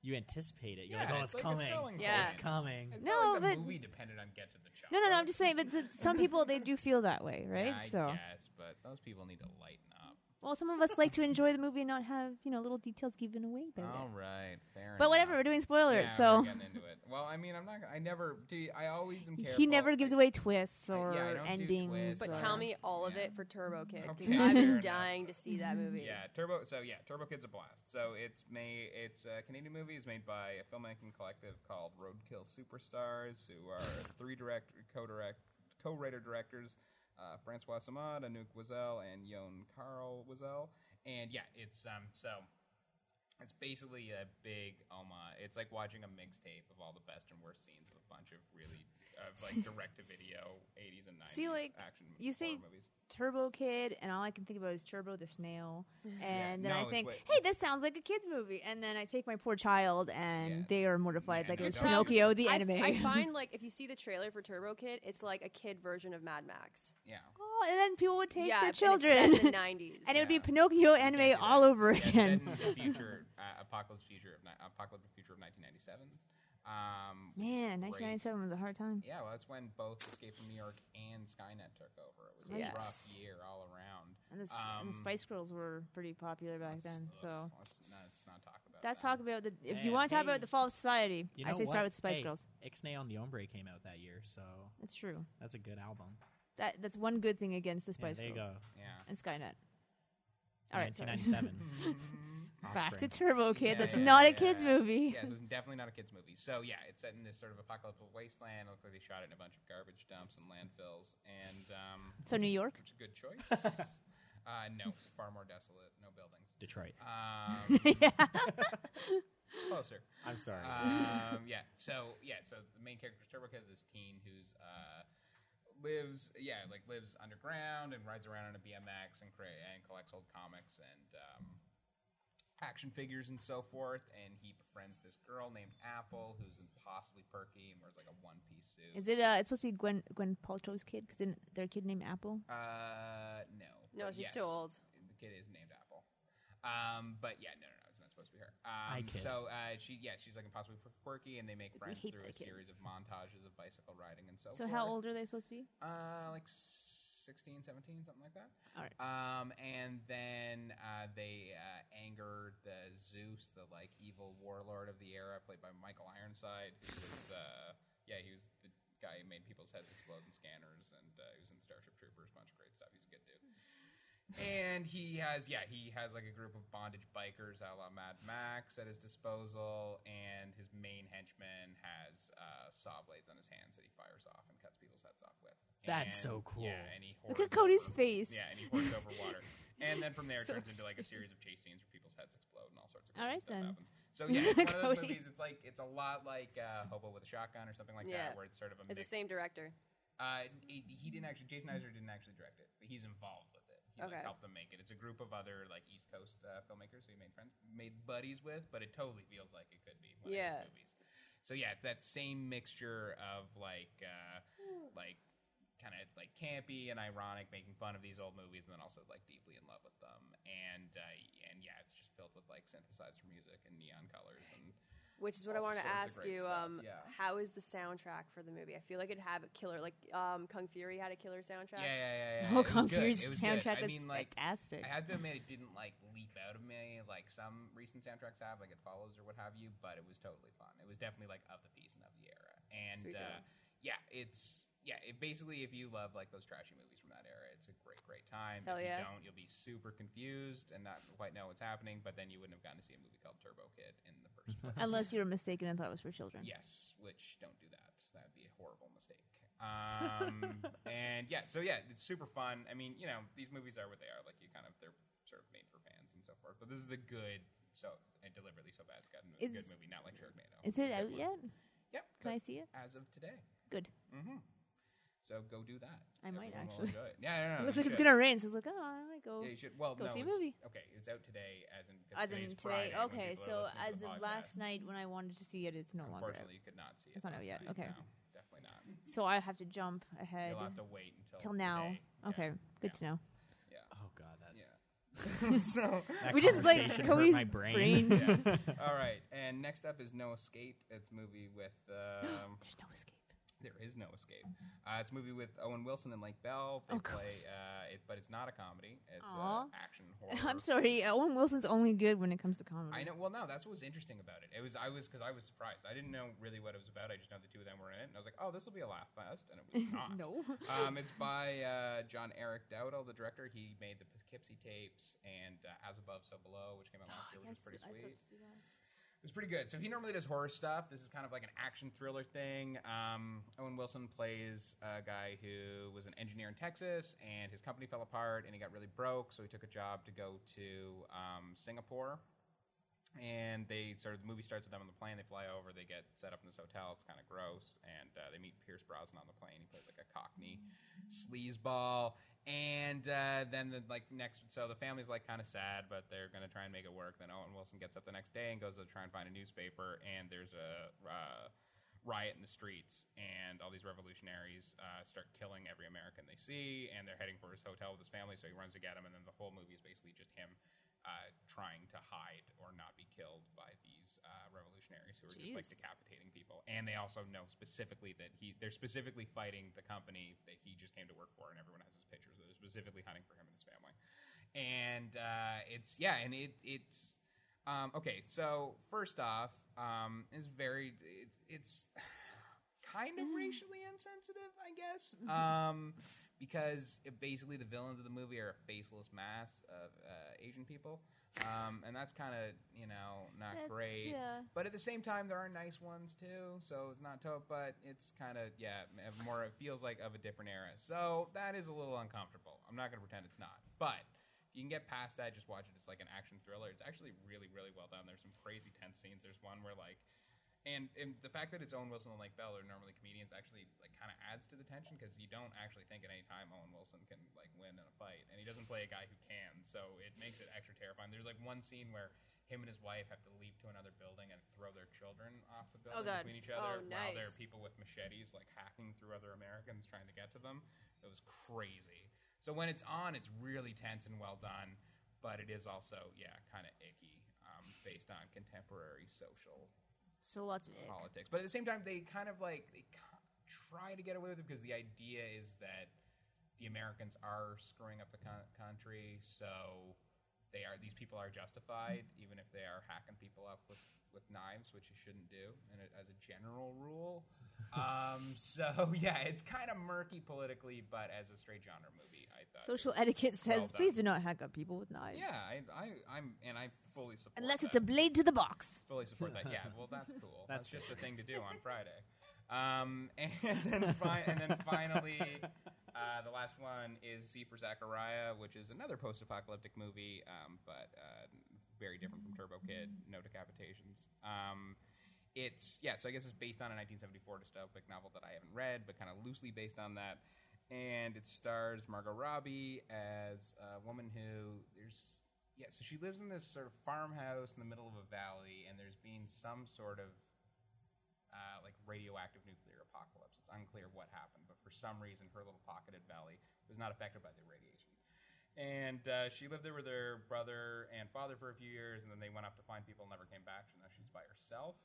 you anticipate it. You're
Yeah,
like, oh,
it's like
it's,
a
coming.
selling
Yeah.
It's
point.
coming.
it's
No,
not like
but-
the movie depended on Get to the Chopper.
no, no, no. I'm just saying, but th- some people they do feel that way, right?
I
so,
guess, but those people need to lighten up.
well, some of us like to enjoy the movie and not have you know little details given away by
All
it.
right, fair.
But whatever,
enough.
we're doing spoilers,
Oh, Yeah,
so
we're getting into it. Well, I mean, I'm not. I never. Do, I always am careful.
he never gives
I-
away twists
I- yeah,
or
I don't do
endings.
twists
But
or-
tell me all of
Yeah.
it for Turbo Kid because
Okay,
I've
fair
been
enough.
dying to see that movie.
Yeah, Turbo. So yeah, Turbo Kid's a blast. So it's made. It's a Canadian movie. is made by a filmmaking collective called Roadkill Superstars, who are three direct, co-direct, co-writer directors: uh, Francois Samad, Anouk Wiesel, and Yon Carl Wiesel. And yeah, it's um so. It's basically a big Oma. It's like watching a mixtape of all the best and worst scenes of a bunch of really of like direct to video 80s and 90s
See, like,
action
you
horror
say
movies.
Turbo Kid, and all I can think about is Turbo the snail.
Mm-hmm.
And then
no,
I
it's
think,
what-
hey, this sounds like a kids movie. And then I take my poor child, and
Yeah.
they are mortified
Yeah,
like it
no,
was
don't do
Pinocchio
that.
the
I,
anime.
I find like if you see the trailer for Turbo Kid, it's like a kid version of Mad Max.
Yeah.
oh, and then people would take
yeah,
their
but it's set in the
children,
nineties.
and it would be
Yeah.
Pinocchio anime
Yeah,
all over
yeah,
again.
set in the future, uh, apocalypse future of ni- apocalypse future of 1997. Um, which is
Man,
great.
1997 was a hard time.
Yeah, well, that's when both Escape from New York and Skynet took over. It was a
Yes.
rough year all around.
And, this, and the
Um,
Spice Girls were pretty popular back then.
Ugh,
So
let's not, let's not talk about
that's
them.
talk about the. If you
Man,
want to talk
hey,
about the fall of society,
You
I
know
say
what?
start with Spice
Hey,
Girls.
Ixnay on the Ombre came out that year, so
That's true.
that's a good album.
That that's one good thing against the
Yeah,
Spice
there you
Girls
go.
Yeah.
and Skynet. All right, sorry.
1997.
Back to
Offspring.
Turbo Kid.
Yeah,
That's
yeah,
not a
yeah.
kids movie.
yeah, so it's definitely not a kids movie. So yeah, it's set in this sort of apocalyptic wasteland. It looks like they shot it in a bunch of garbage dumps and landfills. And um,
So New York.
which is a good choice. uh, no, far more desolate. No buildings.
Detroit.
Um,
yeah.
closer.
I'm sorry.
Um, yeah. So yeah. So the main character Turbo Kid is this teen who's uh, lives yeah like lives underground and rides around on a BMX and crea- and collects old comics and um, action figures and so forth. And he befriends this girl named Apple who's impossibly perky and wears like a one piece suit.
Is it? Uh, it's supposed to be Gwen Gwen Paltrow's kid because isn't their kid named Apple?
uh, no.
no,
but
she's
yes.
too old.
the kid is named Apple. Um, but yeah, no, no, no, it's not supposed to be her. Um,
Hi, kid.
so uh, she, yeah, she's like impossibly quirky, and they make friends
hate
through
that
a
kid.
series of montages of bicycle riding and so.
So
forth.
how old are they supposed to be?
Uh, like 16, 17, something like that.
All right.
Um, and then uh, they uh, anger the Zeus, the like evil warlord of the era, played by Michael Ironside. Who was, uh, yeah, he was the guy who made people's heads explode in scanners, and uh, he was in Starship Troopers, bunch of great stuff. He's a good dude. and he has yeah he has like a group of bondage bikers a la Mad Max at his disposal, and his main henchman has uh, saw blades on his hands that he fires off and cuts people's heads off with.
That's
And-
so cool.
Yeah, and he
Look at
hoards
Cody's
over-
face.
Yeah, and he hoards over water, and then from there it
So
turns into like a series of chase scenes where people's heads explode and all sorts of
All
crazy
right,
stuff
then.
happens. So yeah, it's one of those
Cody.
movies. It's like it's a lot like uh, Hobo with a Shotgun or something like
Yeah.
that, where it's sort of a
It's the
mix
same director.
uh, he, he didn't actually. Jason Eisner didn't actually direct it, but he's involved with it. He like,
Okay.
helped them make it. It's a group of other like East Coast uh, filmmakers who he made friends, made buddies with, but it totally feels like it could be one
Yeah.
of his movies. So yeah, it's that same mixture of like, uh, like kind of like campy and ironic, making fun of these old movies, and then also like deeply in love with them. And uh, and yeah, it's just filled with like synthesizer music and neon colors and
Which is what
All
I want to
sorts of
ask
great
you.
stuff,
Um,
yeah.
How is the soundtrack for the movie? I feel like it'd have a killer, like um, Kung Fury had a killer soundtrack.
yeah, yeah, yeah. yeah.
Oh,
It was good.
Confused
It was good.
soundtrack
I
is
mean, like,
fantastic.
I have to admit, it didn't like leap out of me like some recent soundtracks have, like it follows or what have you. But it was totally fun. It was definitely like of the piece and of the era. And
Sweet
uh,
job.
yeah, it's yeah. It basically, if you love like those trashy movies from that era, it's a great, great time.
Hell
if
yeah.
you don't, you'll be super confused and not quite know what's happening. But then you wouldn't have gotten to see a movie called Turbo Kid in the first place.
Unless you were mistaken and thought it was for children.
Yes, which don't do that. That'd be a horrible mistake. Um, and yeah, so yeah, it's super fun. I mean, you know, these movies are what they are. Like you kind of they're sort of made for fans and so forth. But this is the good. So and deliberately so bad. It's got a mo-
Is-
good movie, not like Sharknado.
Is it
Good
out
one.
yet?
Yep.
Can
so
I see it?
As of today.
Good.
Mm-hmm. So go do that.
I might
Everyone will
actually.
enjoy it. Yeah, no,
It
no, no,
looks like
you
it's
should.
gonna rain, so I was like, oh, I might go.
Oh, Yeah, you should. Well,
go
no,
see a
it's-
movie.
Okay, it's out today, as in 'cause
As in
today's
today,
Friday when
okay.
people are
So
listening to
as
the
of
podcast.
last night, when I wanted to see it, it's no longer out.
unfortunately, you could not see it.
It's not out
last
yet.
night.
Okay.
No, definitely not.
So I have to jump ahead
You'll have to wait until
till now.
today. Yeah.
Okay, good
Yeah.
to know.
Oh god, that,
Yeah. so,
that
We just like
conversation hurt
Cody's
my brain.
yeah. all right. And next up is No Escape. It's a movie with um,
There's no escape.
there is no escape. Uh, it's a movie with Owen Wilson and Lake Bell.
Oh,
They
God.
play, uh, it, but it's not a comedy. It's
Aw.
an action horror.
I'm sorry, uh, Owen Wilson's only good when it comes to comedy.
I know. Well, no, that's what was interesting about it. It was I was because I was surprised. I didn't know really what it was about. I just know the two of them were in it, and I was like, "Oh, this will be a laugh fest," and it was not.
no.
um, it's by uh, John Eric Dowdall, the director. He made the Poughkeepsie tapes and uh, As Above, So Below, which came out last year, which was pretty sweet. It's pretty good. So he normally does horror stuff. This is kind of like an action thriller thing. Um, Owen Wilson plays a guy who was an engineer in Texas, and his company fell apart, and he got really broke. So he took a job to go to um, Singapore, and they sort of the movie starts with them on the plane. They fly over, they get set up in this hotel. It's kind of gross, and uh, they meet Pierce Brosnan on the plane. He plays like a Cockney sleazeball, and uh, then the like next. So the family's like kind of sad, but they're gonna try and make it work. Then Owen Wilson gets up the next day and goes to try and find a newspaper, and there's a. Uh, riot in the streets, and all these revolutionaries uh, start killing every American they see, and they're heading for his hotel with his family, so he runs to get him, and then the whole movie is basically just him uh, trying to hide or not be killed by these uh, revolutionaries who are just like
Jeez.
decapitating people. And they also know specifically that he they're specifically fighting the company that he just came to work for, and everyone has his pictures. They're specifically hunting for him and his family, and uh, it's yeah, and it it's. Um, okay, so first off, um, is very it, it's kind
Mm.
of racially insensitive, I guess,
Mm-hmm.
um, because it, basically the villains of the movie are a faceless mass of uh, Asian people, um, and that's kind of you know not
That's,
great.
yeah.
But at the same time, there are nice ones too, so it's not dope. But it's kind of yeah, m- more it feels like of a different era. So that is a little uncomfortable. I'm not gonna pretend it's not, but. You can get past that, just watch it. It's like an action thriller. It's actually really, really well done. There's some crazy tense scenes. There's one where like and, and the fact that it's Owen Wilson and Lake Bell are normally comedians actually like kind of adds to the tension because you don't actually think at any time Owen Wilson can like win in a fight, and he doesn't play a guy who can, so it makes it extra terrifying. There's like one scene where him and his wife have to leap to another building and throw their children off the building
God.
between each other
Oh,
while there are
nice.
people with machetes like hacking through other Americans trying to get to them. It was crazy. So when it's on, it's really tense and well done, but it is also yeah kind of icky um, based on contemporary social
So lots of ick.
politics. But at the same time, they kind of like they ki- try to get away with it because the idea is that the Americans are screwing up the co- country, so they are these people are justified, even if they are hacking people up with, with knives, which you shouldn't do, and it, as a general rule. um, so yeah, it's kind of murky politically, but as a straight genre movie, I thought it
Social
was-
etiquette says,
done.
please do not hack up people with knives.
Yeah, I, I I'm and I fully support
Unless
that.
it's a blade to the box.
fully support that. Yeah, well, that's cool.
That's
that's just a thing to do on Friday. Um, and then fi- and then finally, uh, the last one is Z for Zachariah, which is another post-apocalyptic movie, um, but uh, very different from Turbo Kid. No decapitations. Um, it's yeah. So I guess it's based on a 1974 dystopic novel that I haven't read, but kind of loosely based on that. And it stars Margot Robbie as a woman who there's yeah. So she lives in this sort of farmhouse in the middle of a valley, and there's been some sort of uh, like radioactive nuclear apocalypse. It's unclear what happened, but for some reason, her little pocketed valley was not affected by the radiation. And uh, she lived there with her brother and father for a few years, and then they went up to find people, and never came back. So now she's by herself.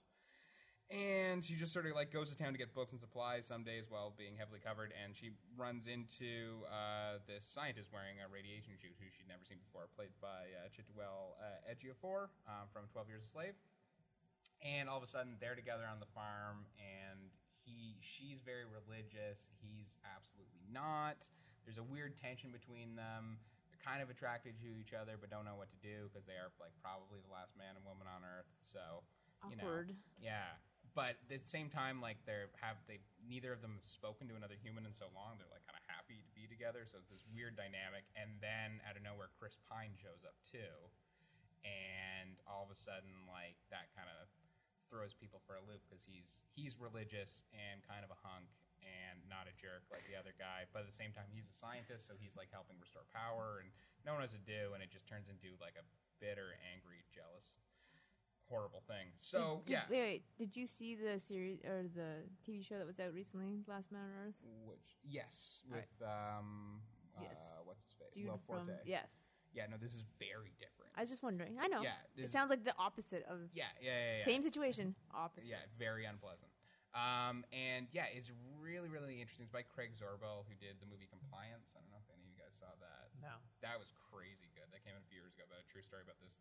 And she just sort of like goes to town to get books and supplies some days while being heavily covered. And she runs into uh, this scientist wearing a radiation suit who she'd never seen before, played by uh, Chitwell uh, Ejiofor um, from 12 Years a Slave and all of a sudden they're together on the farm and he she's very religious he's absolutely not there's a weird tension between them they're kind of attracted to each other but don't know what to do because they are like probably the last man and woman on earth so you know
Awkward.
yeah but at the same time like they're have they neither of them have spoken to another human in so long they're like kind of happy to be together so it's this weird dynamic and then out of nowhere chris pine shows up too and all of a sudden like that kind of throws people for a loop because he's he's religious and kind of a hunk and not a jerk like the other guy but at the same time he's a scientist so he's like helping restore power and no one knows what to do and it just turns into like a bitter angry jealous horrible thing so
did,
yeah
Wait, wait, did you see the series or the TV show that was out recently, Last Man on Earth?
which yes with um
Yes.
uh, what's his face
Dude
Will
from
Forte
yes.
yeah no this is very different
I was just wondering. I know.
yeah
It
this-
sounds like the opposite of
yeah yeah yeah, yeah.
same situation, opposite.
Yeah, very unpleasant. Um, and yeah, it's really, really interesting. It's by Craig Zorbel, who did the movie Compliance. I don't know if any of you guys saw that.
No.
That was crazy good. That came out a few years ago. About a true story about this.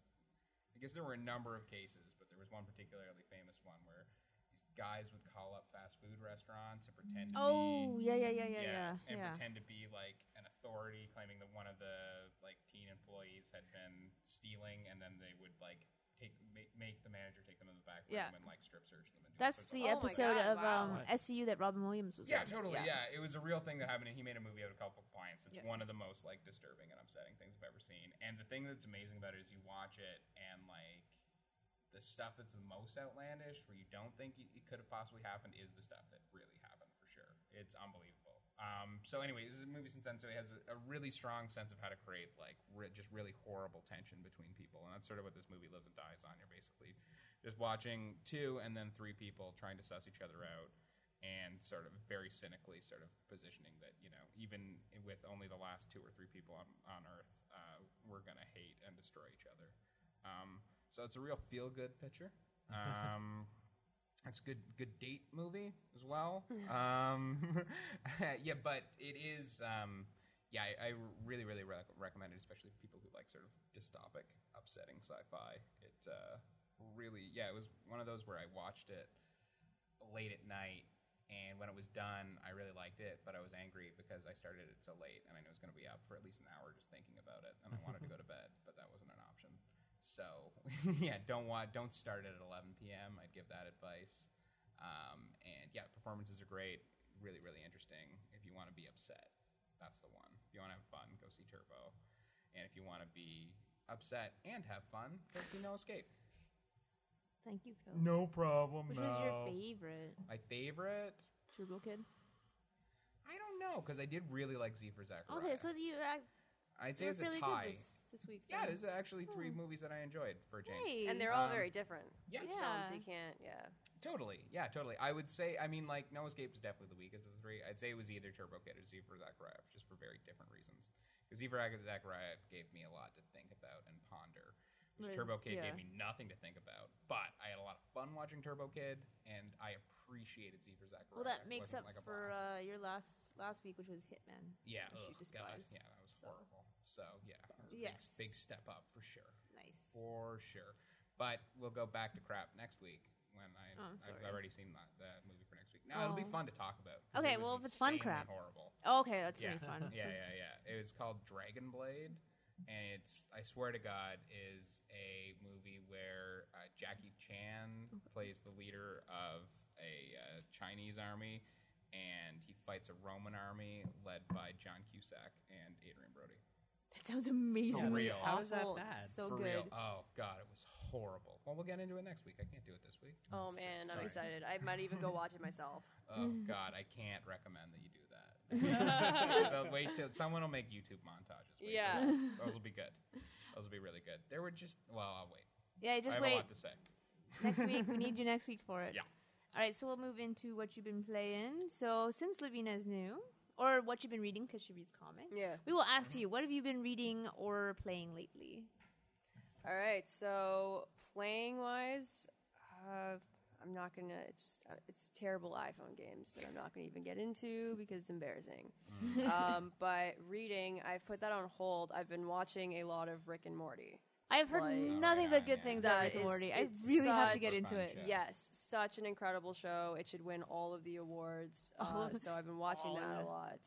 I guess there were a number of cases, but there was one particularly famous one where these guys would call up fast food restaurants and pretend to be
Oh, yeah, yeah, yeah, yeah, yeah.
and
yeah.
pretend to be like an authority, claiming that one of the like teen employees had been stealing, and then they would like take make, make the manager take them in the back room
Yeah.
and like strip search them. And do all
That's
sorts of
the
Oh my
episode
God,
of
wow.
um,
What?
SVU that Robin Williams was.
yeah,
in.
totally. Yeah. it was a real thing that happened, and he made a movie out of Couple Clients. It's
Yeah.
one of the most like disturbing and upsetting things I've ever seen. And the thing that's amazing about it is you watch it and like the stuff that's the most outlandish, where you don't think it, it could have possibly happened, is the stuff that really happened for sure. It's unbelievable. Um, so anyway, this is a movie since then, so it has a, a really strong sense of how to create like re- just really horrible tension between people, and that's sort of what this movie lives and dies on. You're basically just watching two and then three people trying to suss each other out and sort of very cynically sort of positioning that you know even with only the last two or three people on, on earth uh, we're going to hate and destroy each other um, so it's a real feel good picture um, it's a good good date movie as well um, yeah but it is um, yeah i, I really really rec- recommend it especially for people who like sort of dystopic upsetting sci-fi it uh, really yeah it was one of those where i watched it late at night. And when it was done, I really liked it, but I was angry because I started it so late, and I knew I was going to be up for at least an hour just thinking about it, and I wanted to go to bed, but that wasn't an option. So, yeah, don't want, don't start it at 11 p.m. I'd give that advice. Um, and yeah, performances are great, really, really interesting. If you want to be upset, that's the one. If you want to have fun, go see Turbo, and if you want to be upset and have fun, go see No Escape.
Thank you, Phil.
No problem.
Which was your favorite
My favorite.
Turbo Kid?
I don't know because I did really like Z for Zachariah.
Okay, so you act
I'd say
it was
it's
really
a tie.
good Hmm. this, this week.
yeah,
then.
there's actually three movies that I enjoyed for James.
Hey.
And they're all
Um,
very different.
Yes,
Yeah.
films, you can't. Yeah.
totally. Yeah, totally. I would say, I mean, like No Escape is definitely the weakest of the three. I'd say it was either Turbo Kid or Z for Zachariah, just for very different reasons. Because Z for Zachariah gave me a lot to think about and ponder. Which
Whereas-
Turbo Kid
yeah.
gave me nothing to think about, but I had a lot of fun watching Turbo Kid, and I appreciated Z for Zachariah.
well, that makes up
like a
for
boss.
uh, your last last week, which was Hitman.
Yeah,
which you
ugh, God,
despised.
yeah, that was
So-
horrible. So yeah, it's a
Yes.
big, big step up for sure,
Nice.
for sure. But we'll go back to crap next week when I
Oh, I'm sorry.
I've already seen that, that movie for next week. No, it'll be
Oh.
fun to talk about. 'cause
Okay,
it was
well, if it's fun
insanely
crap.
horrible.
okay, that's
Yeah.
gonna be fun.
Yeah,
That's-
yeah, yeah. It was called Dragon Blade, and it's I swear to God is a movie where uh, Jackie Chan plays the leader of a uh, Chinese army, and he fights a Roman army led by John Cusack and Adrian Brody.
That sounds amazing.
real.
How is that
Awful.
bad?
It's So
For
good.
real. Oh God, it was horrible. Well, we'll get into it next week. I can't do it this week.
Oh
That's true.
man,
Sorry.
I'm excited. I might even go watch it myself.
Oh God, I can't recommend that you do that. But wait till someone will make YouTube montages. Wait for
Yeah.
those. those will be good. Those will be really good. There were just well, I'll wait.
Yeah, just
I have a
wait.
lot to say.
next week, we need you next week for it.
Yeah.
All right, so we'll move into what you've been playing. So since Lavina is new, or what you've been reading, because she reads comics.
Yeah.
We will ask you, what have you been reading or playing lately?
All right. So playing wise, uh, I'm not gonna. It's uh, it's terrible iPhone games that I'm not gonna even get into because it's embarrassing. um, but reading, I've put that on hold. I've been watching a lot of Rick and Morty.
I've heard
Like-
nothing
Oh, yeah,
but good
yeah.
things
That
about Rick and
is-
Morty. I
it's
really have to
such
get
a
into
fun
it.
show. Yeah.
Yes, such an incredible show. It should win all of the awards.
All
Uh,
of-
so I've been watching
all of
that
it.
a lot.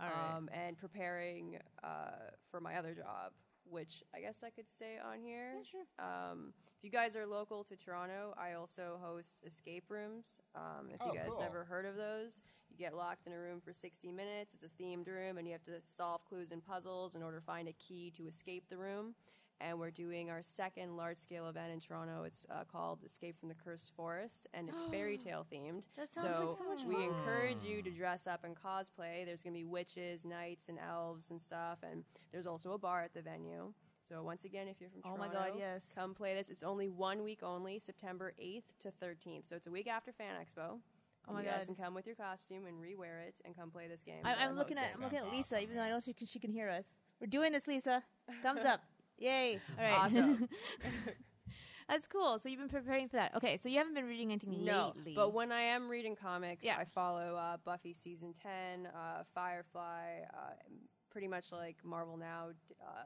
All right.
Um, and preparing uh, for my other job, which I guess I could say on here.
Yeah, sure.
Um, if you guys are local to Toronto, I also host escape rooms. Um, if
Oh,
you guys
cool.
never heard of those, you get locked in a room for 60 minutes. It's a themed room, and you have to solve clues and puzzles in order to find a key to escape the room. And we're doing our second large scale event in Toronto. It's uh, called Escape from the Cursed Forest, and it's fairy tale themed.
That sounds like so much
we
fun.
encourage you to dress up and cosplay. There's going to be witches, knights, and elves and stuff. And there's also a bar at the venue. So once again, if you're from
Oh my
Toronto,
God, yes.
come play this. It's only one week only, September 8th to 13th. So it's a week after Fan Expo.
Oh my
you guys
God.
can come with your costume and rewear it and come play this game.
I,
that
I'm looking at I'm
hosting.
looking at
Sounds
Lisa,
awesome,
even though I
man.
know she can, she can hear us. We're doing this, Lisa. Thumbs up. Yay! All right.
Awesome.
That's cool. So you've been preparing for that. Okay, so you haven't been reading anything
No,
lately.
but when I am reading comics,
Yeah.
I follow uh, Buffy season ten, uh, Firefly, uh, pretty much like Marvel now. d- Uh,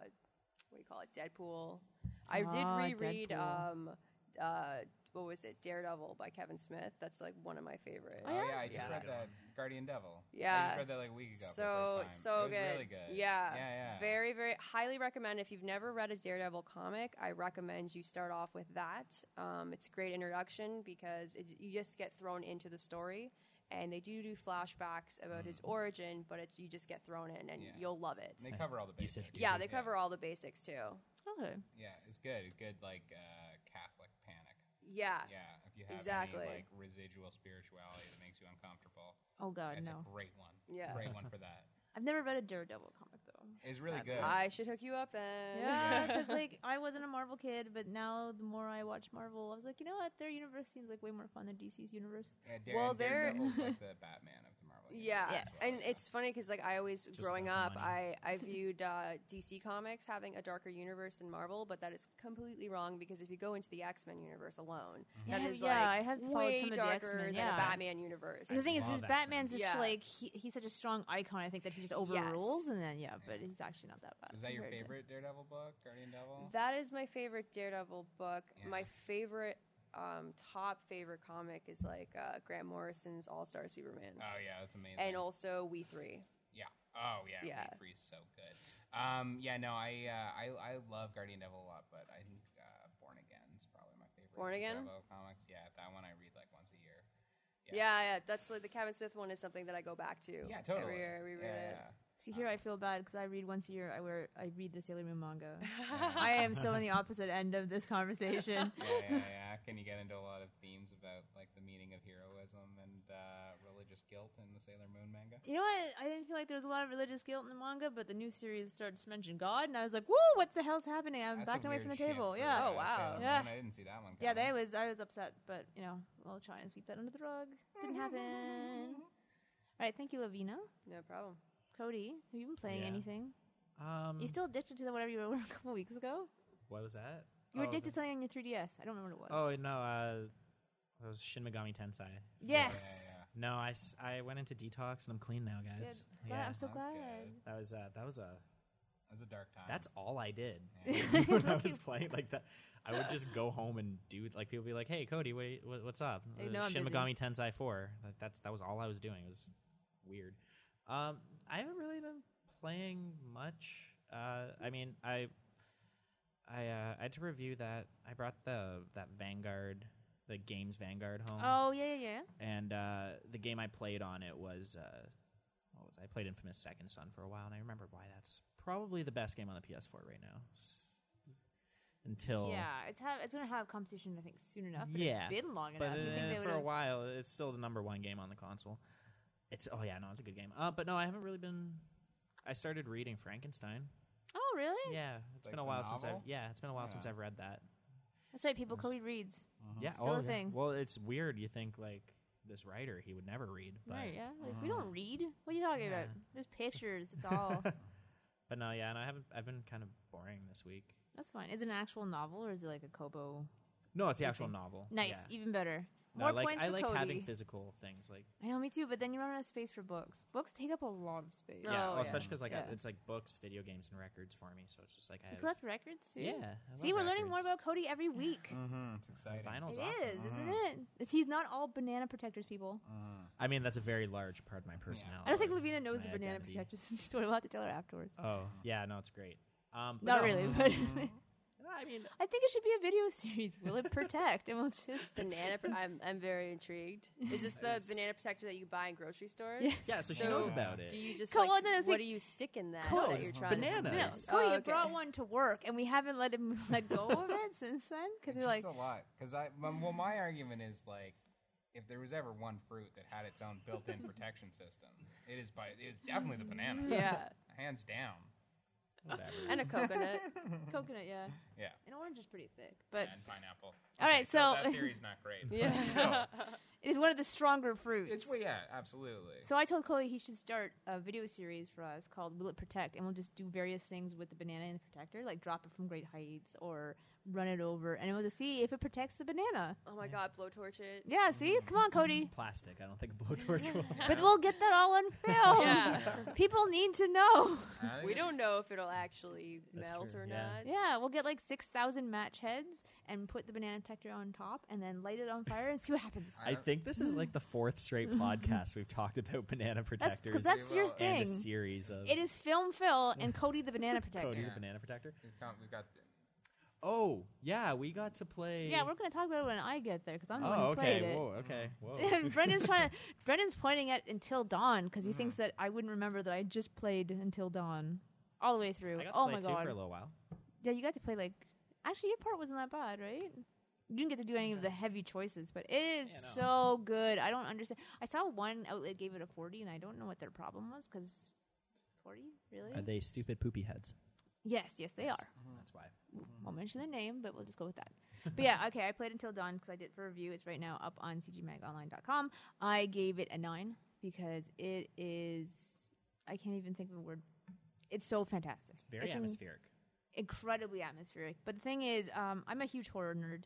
what do you call it? Deadpool. I
Ah,
did reread.
Deadpool.
Um, uh, what was it? Daredevil by Kevin Smith. That's like one of my favorite.
Oh yeah, I just
Yeah.
read that Guardian Devil. I
Yeah.
just read that like a week ago.
So
for the first time.
so
it was
good.
Really good.
Yeah.
Yeah. Yeah.
Very very highly recommend. If you've never read a Daredevil comic, I recommend you start off with that. Um, it's a great introduction because it, you just get thrown into the story, and they do do flashbacks about his origin, but it's you just get thrown in, and
Mm. Yeah.
you'll love it.
And they cover all the
You said
basics.
you
yeah, they cover all the basics too.
okay.
Yeah, it's good. It's good like uh, Catholic panic.
Yeah.
Yeah, if you have
Exactly.
any like residual spirituality that makes you uncomfortable,
Oh God,
it's
no.
a great one.
Uh, Yeah.
great one for that.
I've never read a Daredevil comic though.
It's really
Sadly.
good.
I should hook you up then.
Yeah,
Yeah.
because like I wasn't a Marvel kid, but now the more I watch Marvel, I was like, you know what? Their universe seems like way more fun than DC's universe.
Yeah,
Well,
Darren,
they're-
Daredevil's like the Batman of the Marvel.
Yeah,
universe
Yes.
as well,
and
yeah.
it's funny because like I always growing
about
up,
the
I I viewed uh, DC Comics having a darker universe than Marvel, but that is completely wrong because if you go into the X Men universe alone, that
Yeah,
is
yeah,
like
I have followed
way
some of the
darker
X-Men,
than
yeah.
the Batman universe.
The thing is,
love
is
X-Men.
Batman's just
Yeah.
like he, he's such a strong icon. I think that he just overrules, and then yeah, but he's actually not that bad.
So is that your
compared to-
favorite Daredevil book, Guardian Devil?
That is my favorite Daredevil book.
Yeah.
My favorite, um, top favorite comic is like uh, Grant Morrison's All Star Superman,
oh yeah, that's amazing.
and also We Three.
yeah. Oh yeah.
Yeah.
Week Three is so good. Um. Yeah. No. I. Uh, I. I love Guardian Devil a lot, but I think uh, Born Again is probably my favorite.
Born Again?
Daredevil comics. Yeah, that one I read like once a year.
Yeah. yeah, that's like the Kevin Smith one is something that I go back to.
Yeah. Totally.
Every year, I reread
yeah,
it.
See, here I feel bad because I read once a year. I wear I read the Sailor Moon manga.
yeah.
I am so on the opposite end of this conversation.
yeah, yeah, yeah. Can you get into a lot of themes about like the meaning of heroism and uh, religious guilt in the Sailor Moon manga?
You know what? I didn't feel like there was a lot of religious guilt in the manga, but the new series started to mention God, and I was like, "Whoa, what the hell's happening?" I'm
That's a
backing away
weird
from the
shift
table.
for,
Yeah.
uh,
Oh, wow.
Sailor Moon.
Yeah.
I didn't see that one.
Yeah,
coming.
that was I was upset, but you know, we'll try and sweep that under the rug. Didn't happen. All right, thank you, Lavina.
No problem.
Cody, have you been playing
Yeah.
anything?
Um,
You still addicted to the whatever you were a couple weeks ago?
what was that?
You were
Oh,
addicted to
the-
something on your 3DS. I don't remember what it was.
Oh no, uh, that was Shin Megami Tensei.
yes.
Yeah, yeah,
No, I, s- I went into detox and I'm clean now, guys.
Good. Glad- I'm so
Sounds
glad.
good.
that was uh, that was a
was a dark time.
That's all I did
Yeah.
when I was playing like that. I would just go home and do like people would be like, "Hey, Cody, what, what, what's up?"
Hey, no, I'm
Shin
busy.
Megami Tensei Four. Like, that's that was all I was doing. It was weird. Um, I haven't really been playing much. Uh, I mean, I I uh, I had to review that. I brought the that Vanguard, the games Vanguard home
Oh yeah, yeah, yeah.
and uh, the game I played on it was uh, what was it? I played Infamous Second Son for a while, and I remember why that's probably the best game on the PS4 right now. S- Until
Yeah, it's have it's gonna have competition. I think soon enough. But
Yeah,
it's been long
but
enough. you
uh,
think they would
for a
have?
while, it's still the number one game on the console. It's oh yeah, no, it's a good game. Uh, but no, I haven't really been. I started reading Frankenstein.
Oh really?
Yeah, it's
Like
been a
the
while since I've
novel?
yeah, it's been a while since
Yeah.
I've read that.
That's right. People,
Yes.
Cody reads.
Mm-hmm.
Yeah,
Still
oh,
a
yeah.
thing.
Well, it's weird. You think like this writer, he would never read, but
Right? Yeah. Like, we don't read. What are you talking
Uh-huh. Yeah.
about? There's pictures. It's all.
But no, yeah, and I haven't. I've been kind of boring this week.
That's fine. Is it an actual novel or is it like a Kobo?
No, it's the
You
actual
think?
novel.
Nice,
Yeah.
even better.
No,
More
I like
points
I
for
like
Cody.
having physical things like
I know, me too. But then you run out of space for books. Books take up a lot of space.
Yeah,
yeah,
Oh,
well, especially because like I-
Yeah.
it's like books, video games, and records for me. So it's just like I
You
have,
collect records too.
yeah. I
See, we're
love
learning more
records.
about Cody every week.
Mm-hmm. It's exciting.
vinyls.
It
awesome.
is, isn't it? It's- He's not all banana protectors, people.
Mhm.
I mean, that's a very large part of my personality.
I don't think Lavina knows
my
the banana
identity.
protectors story. We'll have to tell her afterwards.
Oh yeah, no, it's great. Um, but
not
no,
really, but
I mean,
I think it should be a video series. Will it protect? And we'll just
Banana. Pro- I'm I'm very intrigued. Is this the banana protector that you buy in grocery stores?
Yeah.
yeah. So she
So-
knows about it.
Do you just
Come
like
on, then, it's
what
like-
do you stick in that that
Clothes,
you're trying?
bananas.
No,
Nice.
Cody
Oh,
had
okay.
brought one to work, and we haven't let him let go of it since then because
It's
we're like,
just a lot. Because I m- well, my argument is like, if there was ever one fruit that had its own built-in protection system, it is by it is definitely the banana.
Yeah,
hands down.
Whatever.
and a coconut.
coconut, yeah,
Yeah.
An orange is pretty thick, but
and pineapple.
All right, so-
that theory's not great. but
Yeah.
still,
it is one of the stronger fruits.
it's well, yeah, absolutely.
So I told Chloe he should start a video series for us called "Will It Protect," and we'll just do various things with the banana and the protector, like drop it from great heights or run it over, and we'll just see if it protects the banana.
Oh my god, blowtorch it.
Yeah, see, come on, Cody.
Plastic. I don't think a blowtorch will.
But we'll get that all on film.
Yeah.
People need to know.
I think
We
it's-
don't know if it'll actually
That's
melt
true,
or
yeah.
not.
Yeah, we'll get like six thousand match heads and put the banana protector on top, and then light it on fire and see what happens.
I think this is like the fourth straight podcast we've talked about banana
That's
protectors
because that's your
Well,
and a
thing.
series of
It is film Phil and Cody the banana protector.
Cody the
Yeah.
banana protector.
We've got, we've got
Oh yeah, we got to play.
Yeah, we're gonna talk about it when I get there because I'm the one who
Oh, okay.
played it.
Whoa, okay. Whoa. Mm.
And Brendan's trying to. Brendan's pointing at Until Dawn because he thinks that I wouldn't remember that I just played Until Dawn all the way through.
I got to
oh
play
my
too
god!
for a little while.
yeah, you got to play like. Actually, your part wasn't that bad, right? You didn't get to do any of the heavy choices, but it is
Yeah, no.
so good. I don't understand. I saw one outlet gave it a forty, and I don't know what their problem was because forty really?
Are they stupid poopy heads?
yes, yes, they are.
That's why.
won't mention the name, but we'll just go with that. But yeah, okay, I played Until Dawn because I did it for review. It's right now up on cgmagonline.com. I gave it a nine because it is, I can't even think of a word. It's so fantastic. It's
Very
in-
atmospheric.
incredibly atmospheric. But the thing is, um, I'm a huge horror nerd.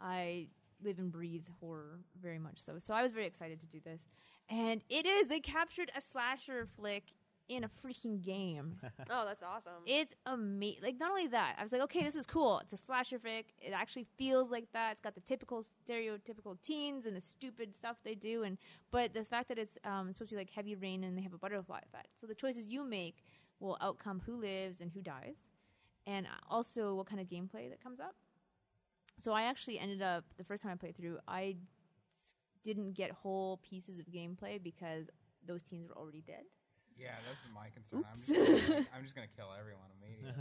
I live and breathe horror very much so. So I was very excited to do this. And it is, they captured a slasher flick in a freaking game.
Oh, that's awesome.
It's amazing. Like not only that, I was like, okay, this is cool. It's a slasher flick. It actually feels like that. It's got the typical stereotypical teens and the stupid stuff they do, and but the fact that it's um, supposed to be like heavy rain and they have a butterfly effect. So the choices you make will outcome who lives and who dies, and uh, also what kind of gameplay that comes up. So I actually ended up the first time I played through, I s- didn't get whole pieces of gameplay because those teens were already dead.
yeah. That's my concern. I'm just, gonna, like, I'm just gonna kill everyone immediately.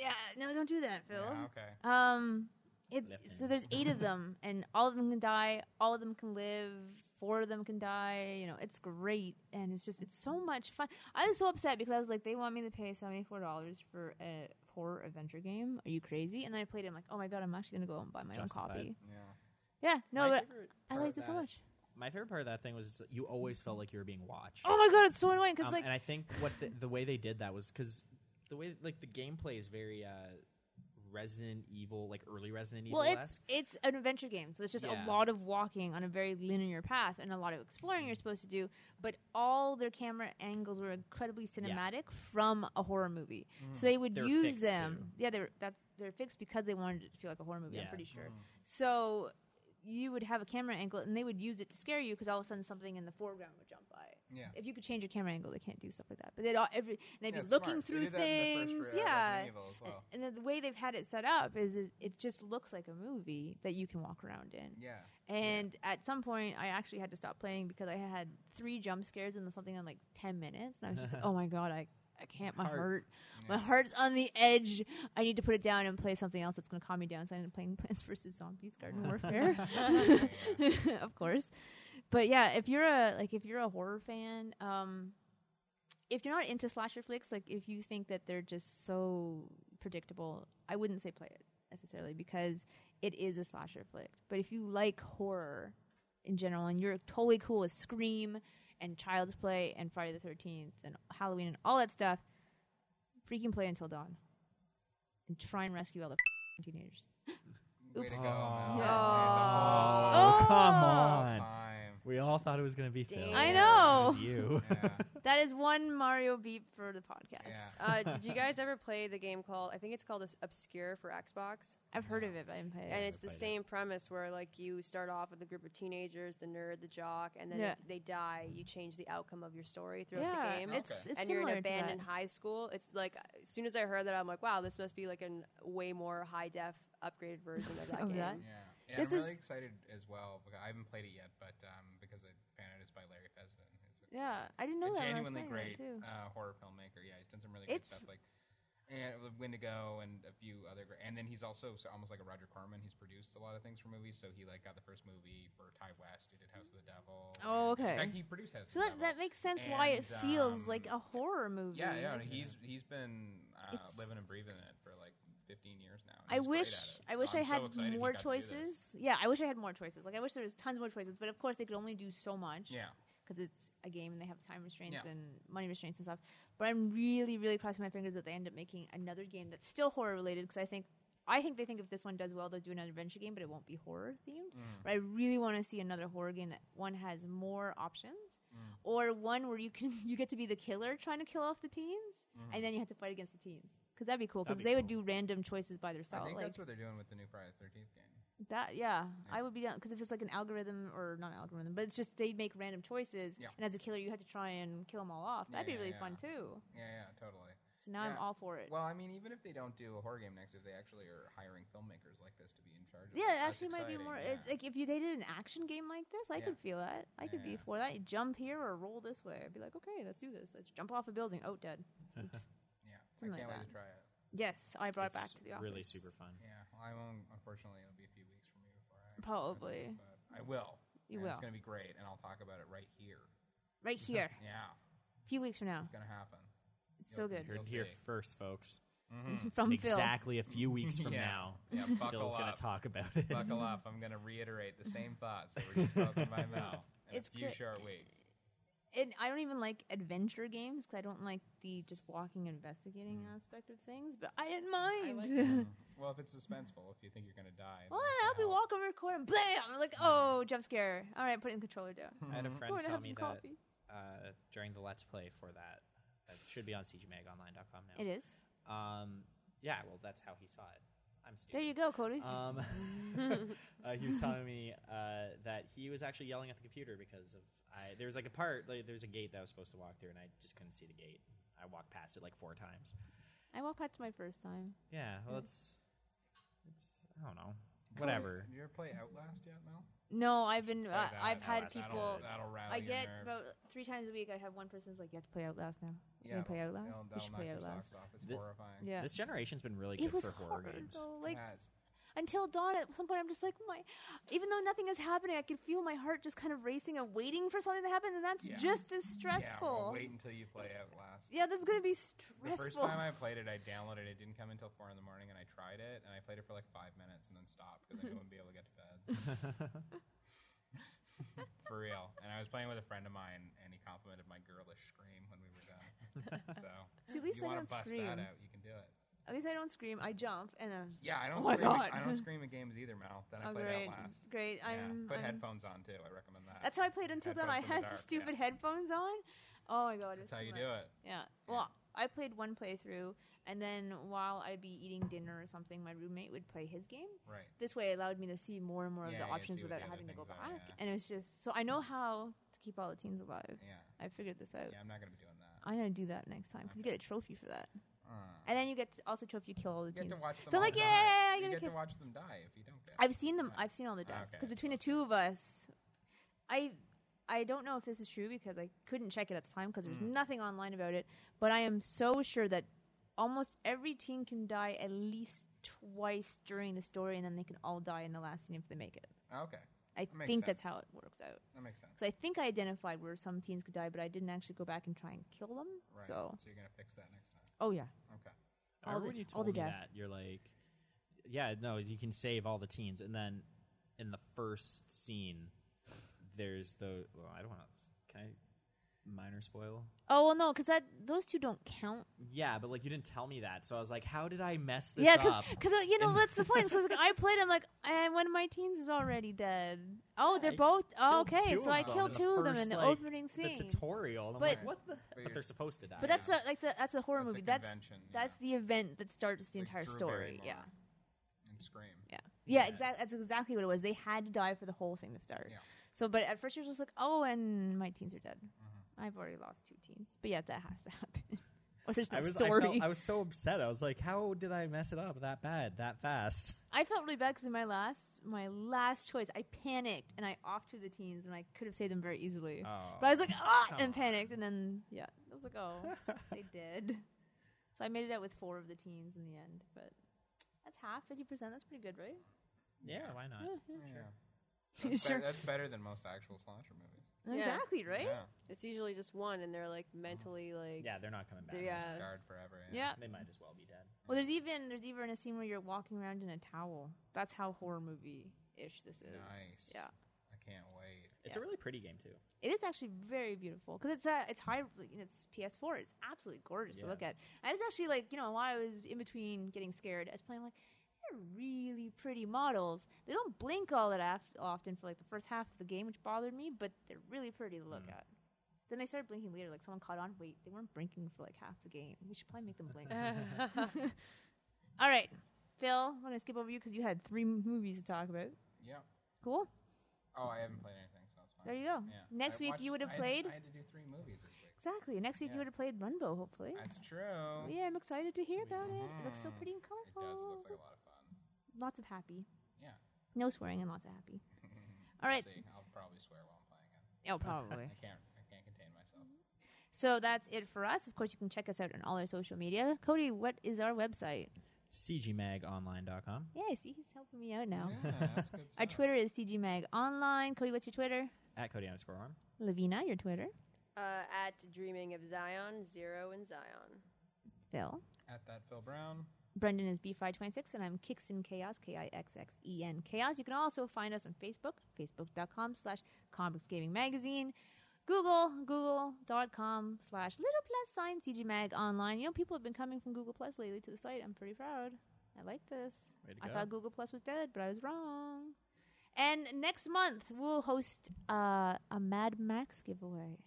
yeah, no, don't do that, Phil.
Yeah, okay.
Um, it,
Left
so
hand.
there's eight of them, and all of them can die. All of them can live. Four of them can die. You know, it's great, and it's just it's so much fun. I was so upset because I was like, they want me to pay seventy four dollars for a horror adventure game. Are you crazy? And then I played it. I'm like, oh my god, I'm actually gonna go and buy
It's
my
justified.
own copy.
Yeah.
Yeah, no,
my
but
favorite
I
part
liked
of
it so
that-
much.
My favorite part of that thing was you always felt like you were being watched.
Oh my god, it's so annoying because
Um,
like
and I think what the, the way they did that was because the way like the gameplay is very uh, Resident Evil, like early Resident Evil.
Well, it's it's an adventure game, so it's just
Yeah.
a lot of walking on a very linear path and a lot of exploring you're
Mm.
supposed to do. But all their camera angles were incredibly cinematic from a horror movie,
Mm.
so they would
Mm. They're
use
fixed,
them. Yeah, they're that they're fixed because they wanted it to feel like a horror movie. I'm
Yeah. Mm-hmm.
pretty sure. So you would have a camera angle, and they would use it to scare you because all of a sudden something in the foreground would jump by.
Yeah.
If you could change your camera angle, they can't do stuff like that. But they'd all every and they'd
Yeah,
be
it's
looking
smart. They
through
did that in the first
things.
re- uh,
yeah.
Resident Evil as well.
And then the way they've had it set up is it, it just looks like a movie that you can walk around in.
Yeah.
And at some point, I actually had to stop playing because I had three jump scares and something in like 10 minutes. And I was just like, oh my God, I, I can't. My
Heart.
heart. My heart's on the edge. I need to put it down and play something else that's going to calm me down. So I ended up playing Plants vs. Zombies Garden Warfare.
Yeah, yeah.
of course. But yeah, if you're a like if you're a horror fan, um if you're not into slasher flicks, like if you think that they're just so predictable, I wouldn't say play it necessarily because it is a slasher flick. But if you like horror in general and you're totally cool with Scream and Child's Play and Friday the 13th and Halloween and all that stuff, freaking play until dawn and try and rescue all the teenagers.
Way
Oops.
to go.
Oh.
Mel.
Yeah.
Oh.
come
Yeah, the whole
on.
time.
We all thought it was going to be Phil.
I know.
It's Oh. you.
Yeah.
That is one Mario beat for the podcast.
Yeah.
Uh, did you guys ever play the game called? I think it's called Obs- Obscure for Xbox,
I've heard of it, but I didn't play it.
and it's the
played it.
same premise where like you start off with a group of teenagers, the nerd, the jock, and then
Yeah.
if they die, you change the outcome of your story throughout the game.
It's,
Okay.
it's
and you're
similar
in
to that.
abandoned high school. It's like as soon as I heard that, I'm like, wow, this must be like a way more high def upgraded version of that
Of
game.
that?
Yeah. And
This
I'm
is-
really excited as well because I haven't played it yet, but um, because I found out it's by Larry Fesden. who's a-
Yeah, I didn't know
a
that. when I
genuinely
was playing
great
it, too.
uh, horror filmmaker. Yeah, he's done some really great
It's-
stuff like and with Wendigo and a few other. Great, and then he's also so almost like a Roger Corman. He's produced a lot of things for movies. So he like got the first movie for Ty West. He did House of the Devil.
Oh,
and-
okay.
In fact, he produced House
So
of
that,
the Devil.
that makes sense why it
And,
feels like a
um,
horror movie.
yeah, yeah.
Like,
and He's he's been uh,
It's-
living and breathing it for like 15 years now. and
I
he's great
wish
at it.
I
So
wish I
I'm so
had
excited he
more
got to do this.
choices. Yeah, I wish I had more choices. Like I wish there was tons more choices, but of course they could only do so much
Yeah.
because it's a game and they have time restraints
Yeah.
and money restraints and stuff. But I'm really really crossing my fingers that they end up making another game that's still horror related because I think I think they think if this one does well they'll do another adventure game, but it won't be horror themed.
Mm-hmm.
But I really want to see another horror game that one has more options.
Mm.
Or one where you can you get to be the killer trying to kill off the teens, and then you have to fight against the teens because that'd be cool
That'd
because
be
they would
cool.
do random choices by
I
themselves.
think
like,
that's what they're doing with the new Friday the 13th game.
that yeah, I would be down because if it's like an algorithm or not algorithm, but it's just they make random choices,
Yeah.
and as a killer, you have to try and kill them all off. That'd
Yeah,
be
yeah,
really
yeah.
fun too.
Yeah, yeah, totally.
So now I'm
Yeah.
all for it.
Well, I mean, even if they don't do a horror game next, if they actually are hiring filmmakers like this to be in charge, of
yeah,
it,
it
that's
actually might be more.
exciting, Yeah.
It's like if you they did an action game like this, I
Yeah.
could feel that. I could
Yeah.
be for that. You jump here or roll this way. I'd be like, okay, let's do this. Let's jump off a building. Oh, dead. Oops.
yeah, I
something
can't
like
wait to try it.
yes, I brought it back
It's
to the office.
Really super fun.
Yeah, well, I won't. Unfortunately, it'll be a few weeks for me before I
Probably.
But I will.
You
and
will
It's gonna be great, and I'll talk about it right here.
right here.
Yeah,
A few weeks from now,
it's gonna happen.
it's so
You'll-
good.
Heard
You'll
here
see.
first, folks.
Hmm.
from Phil.
exactly a few weeks from
Yeah.
now,
Mm-hmm. Yeah, buckle
Phil's going
up.
to talk about it.
Buckle up. I'm gonna reiterate the same thoughts that were just spoken by Mel in
It's
a few
great.
short weeks.
and I don't even like adventure games because I don't like the just walking, investigating aspect of things. But I didn't mind.
Mm-hmm. Well, if it's suspenseful, if you think you're gonna die,
well,
then
I'll be
I'll-
walking, recording, blam! I'm like, oh, jump scare. All right, putting the controller down.
I had a
I'm
friend
going to
tell
have some
me that
coffee.
uh, during the Let's Play for that, that should be on cgmagonline.com now.
It is.
Um, yeah, well, that's how he saw it. I'm stupid.
There you go, Cody.
Um, uh, he was telling me uh, that he was actually yelling at the computer because of I. There was like a part, like, there was a gate that I was supposed to walk through, and I just couldn't see the gate. I walked past it like four times.
I walked past my first time.
Yeah, well, it's it's I don't know,
Cody,
whatever.
Did you ever play Outlast yet, Mel?
No, I've been.
Play
Uh,
that.
I've had
that's not
people.
good.
That'll rattle
I
your
get
nerves.
about three times a week. I have one person's like, "You have to play out last now. You gonna play
it'll-
out last?
it'll-
You
that'll
should
knock
play
your
out last."
socks off. It's
The-
horrifying.
Yeah,
This generation's been really good
it was
for horror
horror,
games.
though. Like
Yes.
until dawn at some point i'm just like my even though nothing is happening i can feel my heart just kind of racing and waiting for something to happen and that's
Yeah.
just as
Yeah, well,
stressful yeah,
wait until you play Outlast.
that's gonna be
The first
stressful
time I played it, I downloaded it. It didn't come until four in the morning, and I tried it, and I played it for like five minutes, and then stopped because I knew I wouldn't be able to get to bed. for real. And I was playing with a friend of mine, and he complimented my girlish scream when we were done. so
See, at
if
least
you
i
want to
don't
bust
scream
that out, you can do it.
At least I don't scream. I jump, and then I'm just
Yeah, I don't.
Oh my
scream
God.
At, I don't scream at games either, Mel. That I
oh,
played
great,
out last.
great.
Yeah.
I'm,
Put
I'm-
headphones on too. I recommend that.
That's how I played until then. I
Headphones in
had
the dark,
stupid headphones on. Oh my god,
That's
it's
how
too
you
much.
do it.
Yeah. Well, I played one playthrough, and then while I'd be eating dinner or something, my roommate would play his game.
Right.
This way, it allowed me to see more and more
Yeah,
of the
you
options
see what the
without
other
having to go
things
back.
are, yeah.
And it was just so I know how to keep all the teens alive.
Yeah.
I figured this out.
Yeah, I'm not gonna be doing that.
I'm gonna do that next time because you get a trophy for that,
Uh,
and then you get to also trophy kill all the
you
teens.
get to watch them.
so I'm
all
like,
die.
yeah, I
you
gotta
get
kill.
to watch them die if you don't get. it.
I've seen them. I've seen all the
Ah,
deaths
okay,
because
that's
between the two of us, I I don't know if this is true because I couldn't check it at the time because there's
Mm.
nothing online about it. But I am so sure that almost every teen can die at least twice during the story, and then they can all die in the last scene if they make it.
Ah, okay,
I
makes
think that's
sense.
how it works out.
that makes sense.
Because I think I identified where some teens could die, but I didn't actually go back and try and kill them.
Right.
So,
you're gonna fix that next time.
oh yeah,
Okay.
I
All
remember
the-
when you
all
told
the
me
death.
that, you're like, yeah, no, you can save all the teens, and then in the first scene, there's the. Well, I don't want to. Can I minor spoil?
Oh well, no, because that those two don't count.
Yeah, but like you didn't tell me that, so I was like, how did I mess this
Yeah, 'cause yeah,
up?
because you know
And-
that's the point. So it's like I played. I'm like, and one of my teens is already dead. Oh, they're
I
both oh,
killed
okay.
two
So
of
I
them
killed
in the
two of them
first,
in the
like,
opening
the
scene.
tutorial. And I'm
But-
like, what the?
But
But they're supposed to die.
but that's a, like the that's a horror
That's a
movie. that's
convention, yeah.
that's the event that starts the
Like
entire
Drew
story. Yeah.
Barrymore And scream.
Yeah. Yeah,
Yeah.
exactly. That's exactly what it was. They had to die for the whole thing to start.
Yeah.
So, but at first you're just like, oh, and my teens are dead.
Mm-hmm.
I've already lost two teens. But yeah, that has to happen. or there's no
I was, I,
story.
felt- I was so upset. I was like, how did I mess it up that bad, that fast?
I felt really bad because in my last my last choice, I panicked and I off to the teens, and I could have saved them very easily.
Oh.
but I was like, ah,
come
and panicked, and then yeah, I was like, oh, they did. So I made it out with four of the teens in the end, but that's half fifty percent. That's pretty good, right?
yeah, why not?
Yeah. That's,
Sure.
be- that's better than most actual slasher movies.
Yeah.
Exactly, right?
Yeah.
It's usually just one, and they're like mentally like
Yeah, they're not coming back.
They're- yeah.
Scarred forever.
Yeah.
They might as well be dead.
Well, there's even there's even a scene where you're walking around in a towel. That's how horror movie ish this is.
Nice.
Yeah.
I can't wait.
It's
Yeah.
a really pretty game too.
It is actually very beautiful because it's uh, it's high like, you know, it's PS4. It's absolutely gorgeous to
Yeah.
look at. I was actually like you know while I was in between getting scared, I was playing like they're really pretty models. They don't blink all that af- often for like the first half of the game, which bothered me, but they're really pretty to look at. Then they started blinking later. Like someone caught on. Wait, they weren't blinking for like half the game. We should probably make them blink. all right, Phil, I'm gonna skip over you because you had three m- movies to talk about.
Yeah.
Cool.
Oh, I haven't played anything, so it's fine.
There you go.
Yeah.
Next
I
week you
watched-
would've
I had-
played?
I had to do three movies this week.
Exactly. Next week
Yeah.
you would have played Runbow, hopefully.
That's true.
Yeah, I'm excited to hear about it. It looks so
Mhm.
pretty and
It does. It
colorful.
looks like a lot of fun.
Lots of happy.
Yeah.
No swearing and lots of happy. All right.
We'll see. I'll probably swear while I'm playing it.
Oh, probably.
I can't. I can't contain myself.
so that's it for us. Of course, you can check us out on all our social media. Cody, what is our website?
CGMagOnline.com.
Yeah, see, he's helping me out now.
Oh, Yeah, that's good
Our
stuff.
Twitter is cgmagonline. Cody, what's your Twitter?
At Cody underscore arm.
Lavina, your Twitter.
uh, at dreaming of Zion zero and Zion.
Phil.
At that Phil Brown.
Brendan is B526, and I'm Kixen Chaos, K-I-X-X-E-N E Chaos. You can also find us on Facebook, facebook.com slash comics gaming magazine, Google, google.com slash little plus sign CG Mag online. You know, people have been coming from Google Plus lately to the site. I'm pretty proud. I like this.
Way to
I
go.
thought Google Plus was dead, but I was wrong. And next month, we'll host uh, a Mad Max giveaway.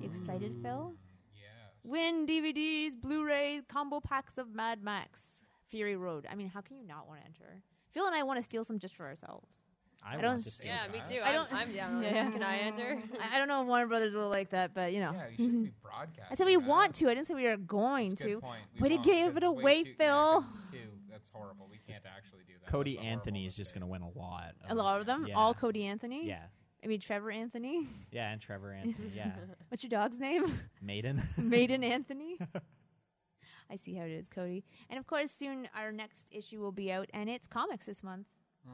You excited, Phil?
Yes.
Win DVDs, Blu-rays, combo packs of Mad Max Fury Road. I mean, how can you not want to enter? Phil and I want to steal some just for ourselves.
I,
don't-
want to steal
Yeah,
some.
me
Zion.
too.
I
I
don't-
don't. I'm down on
Yeah.
this. Can I enter?
I, I don't know if Warner Brothers will like that, but you know.
Yeah, you shouldn't be broadcasting.
I said we
that.
want to. I didn't say we are going
That's a
to.
Good point. We
Way to
won't,
give it
because it's way
away,
too- yeah,
Phil.
'cause it's too- that's horrible. We can't actually do that.
Cody
That's a horrible
Anthony is
mistake.
just going to win a lot.
A lot of them,
Yeah.
all Cody Anthony.
Yeah.
I mean Trevor Anthony.
Yeah, and Trevor Anthony. Yeah.
What's your dog's name?
Maiden.
Maiden Anthony. I see how it is, Cody. And of course, soon our next issue will be out, and it's comics this month.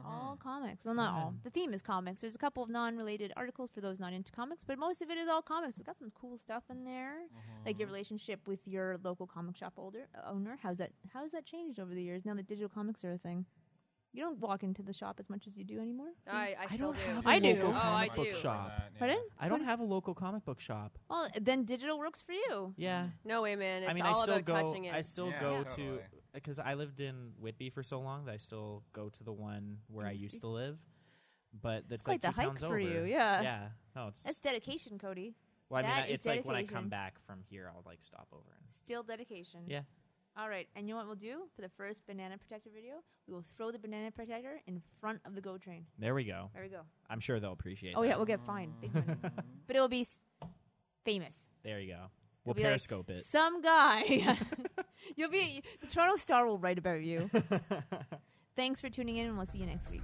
All comics. Well, not all. The theme is comics. There's a couple of non related articles for those not into comics, but most of it is all comics. It's got some cool stuff in there,
Mm-hmm,
like your relationship with your local comic shop older, uh, owner. How's that, how's that changed over the years now that digital comics are a thing? You don't walk into the shop as much as you do anymore. Mm.
I, I still
don't
do.
have
a I do.
Oh,
local
I
comic
do.
book shop.
That, yeah.
Pardon?
I don't have a local comic book shop.
Well, then digital works for you.
Yeah.
No way, man. It's
I mean,
all
I still
about
go.
touching it.
I still
Yeah,
go
totally.
to because I lived in Whitby for so long that I still go to the one where I used to live. But that's
quite
like
the
two
hike
towns
for
over.
you, yeah.
Yeah. No, it's
That's dedication, Cody.
well, I mean,
that
I-
is
it's like when I
dedication.
come back from here, I'll like stop over and
Still dedication.
yeah.
All right, and you know what we'll do for the first banana protector video? We will throw the banana protector in front of the go train.
There we go.
There we go.
I'm sure they'll appreciate.
Oh yeah,
that.
we'll get fined, big money, but it'll be s- famous.
there you go. We'll
be like,
periscope it.
Some guy. You'll be the Toronto Star will write about you. Thanks for tuning in, and we'll see you next week.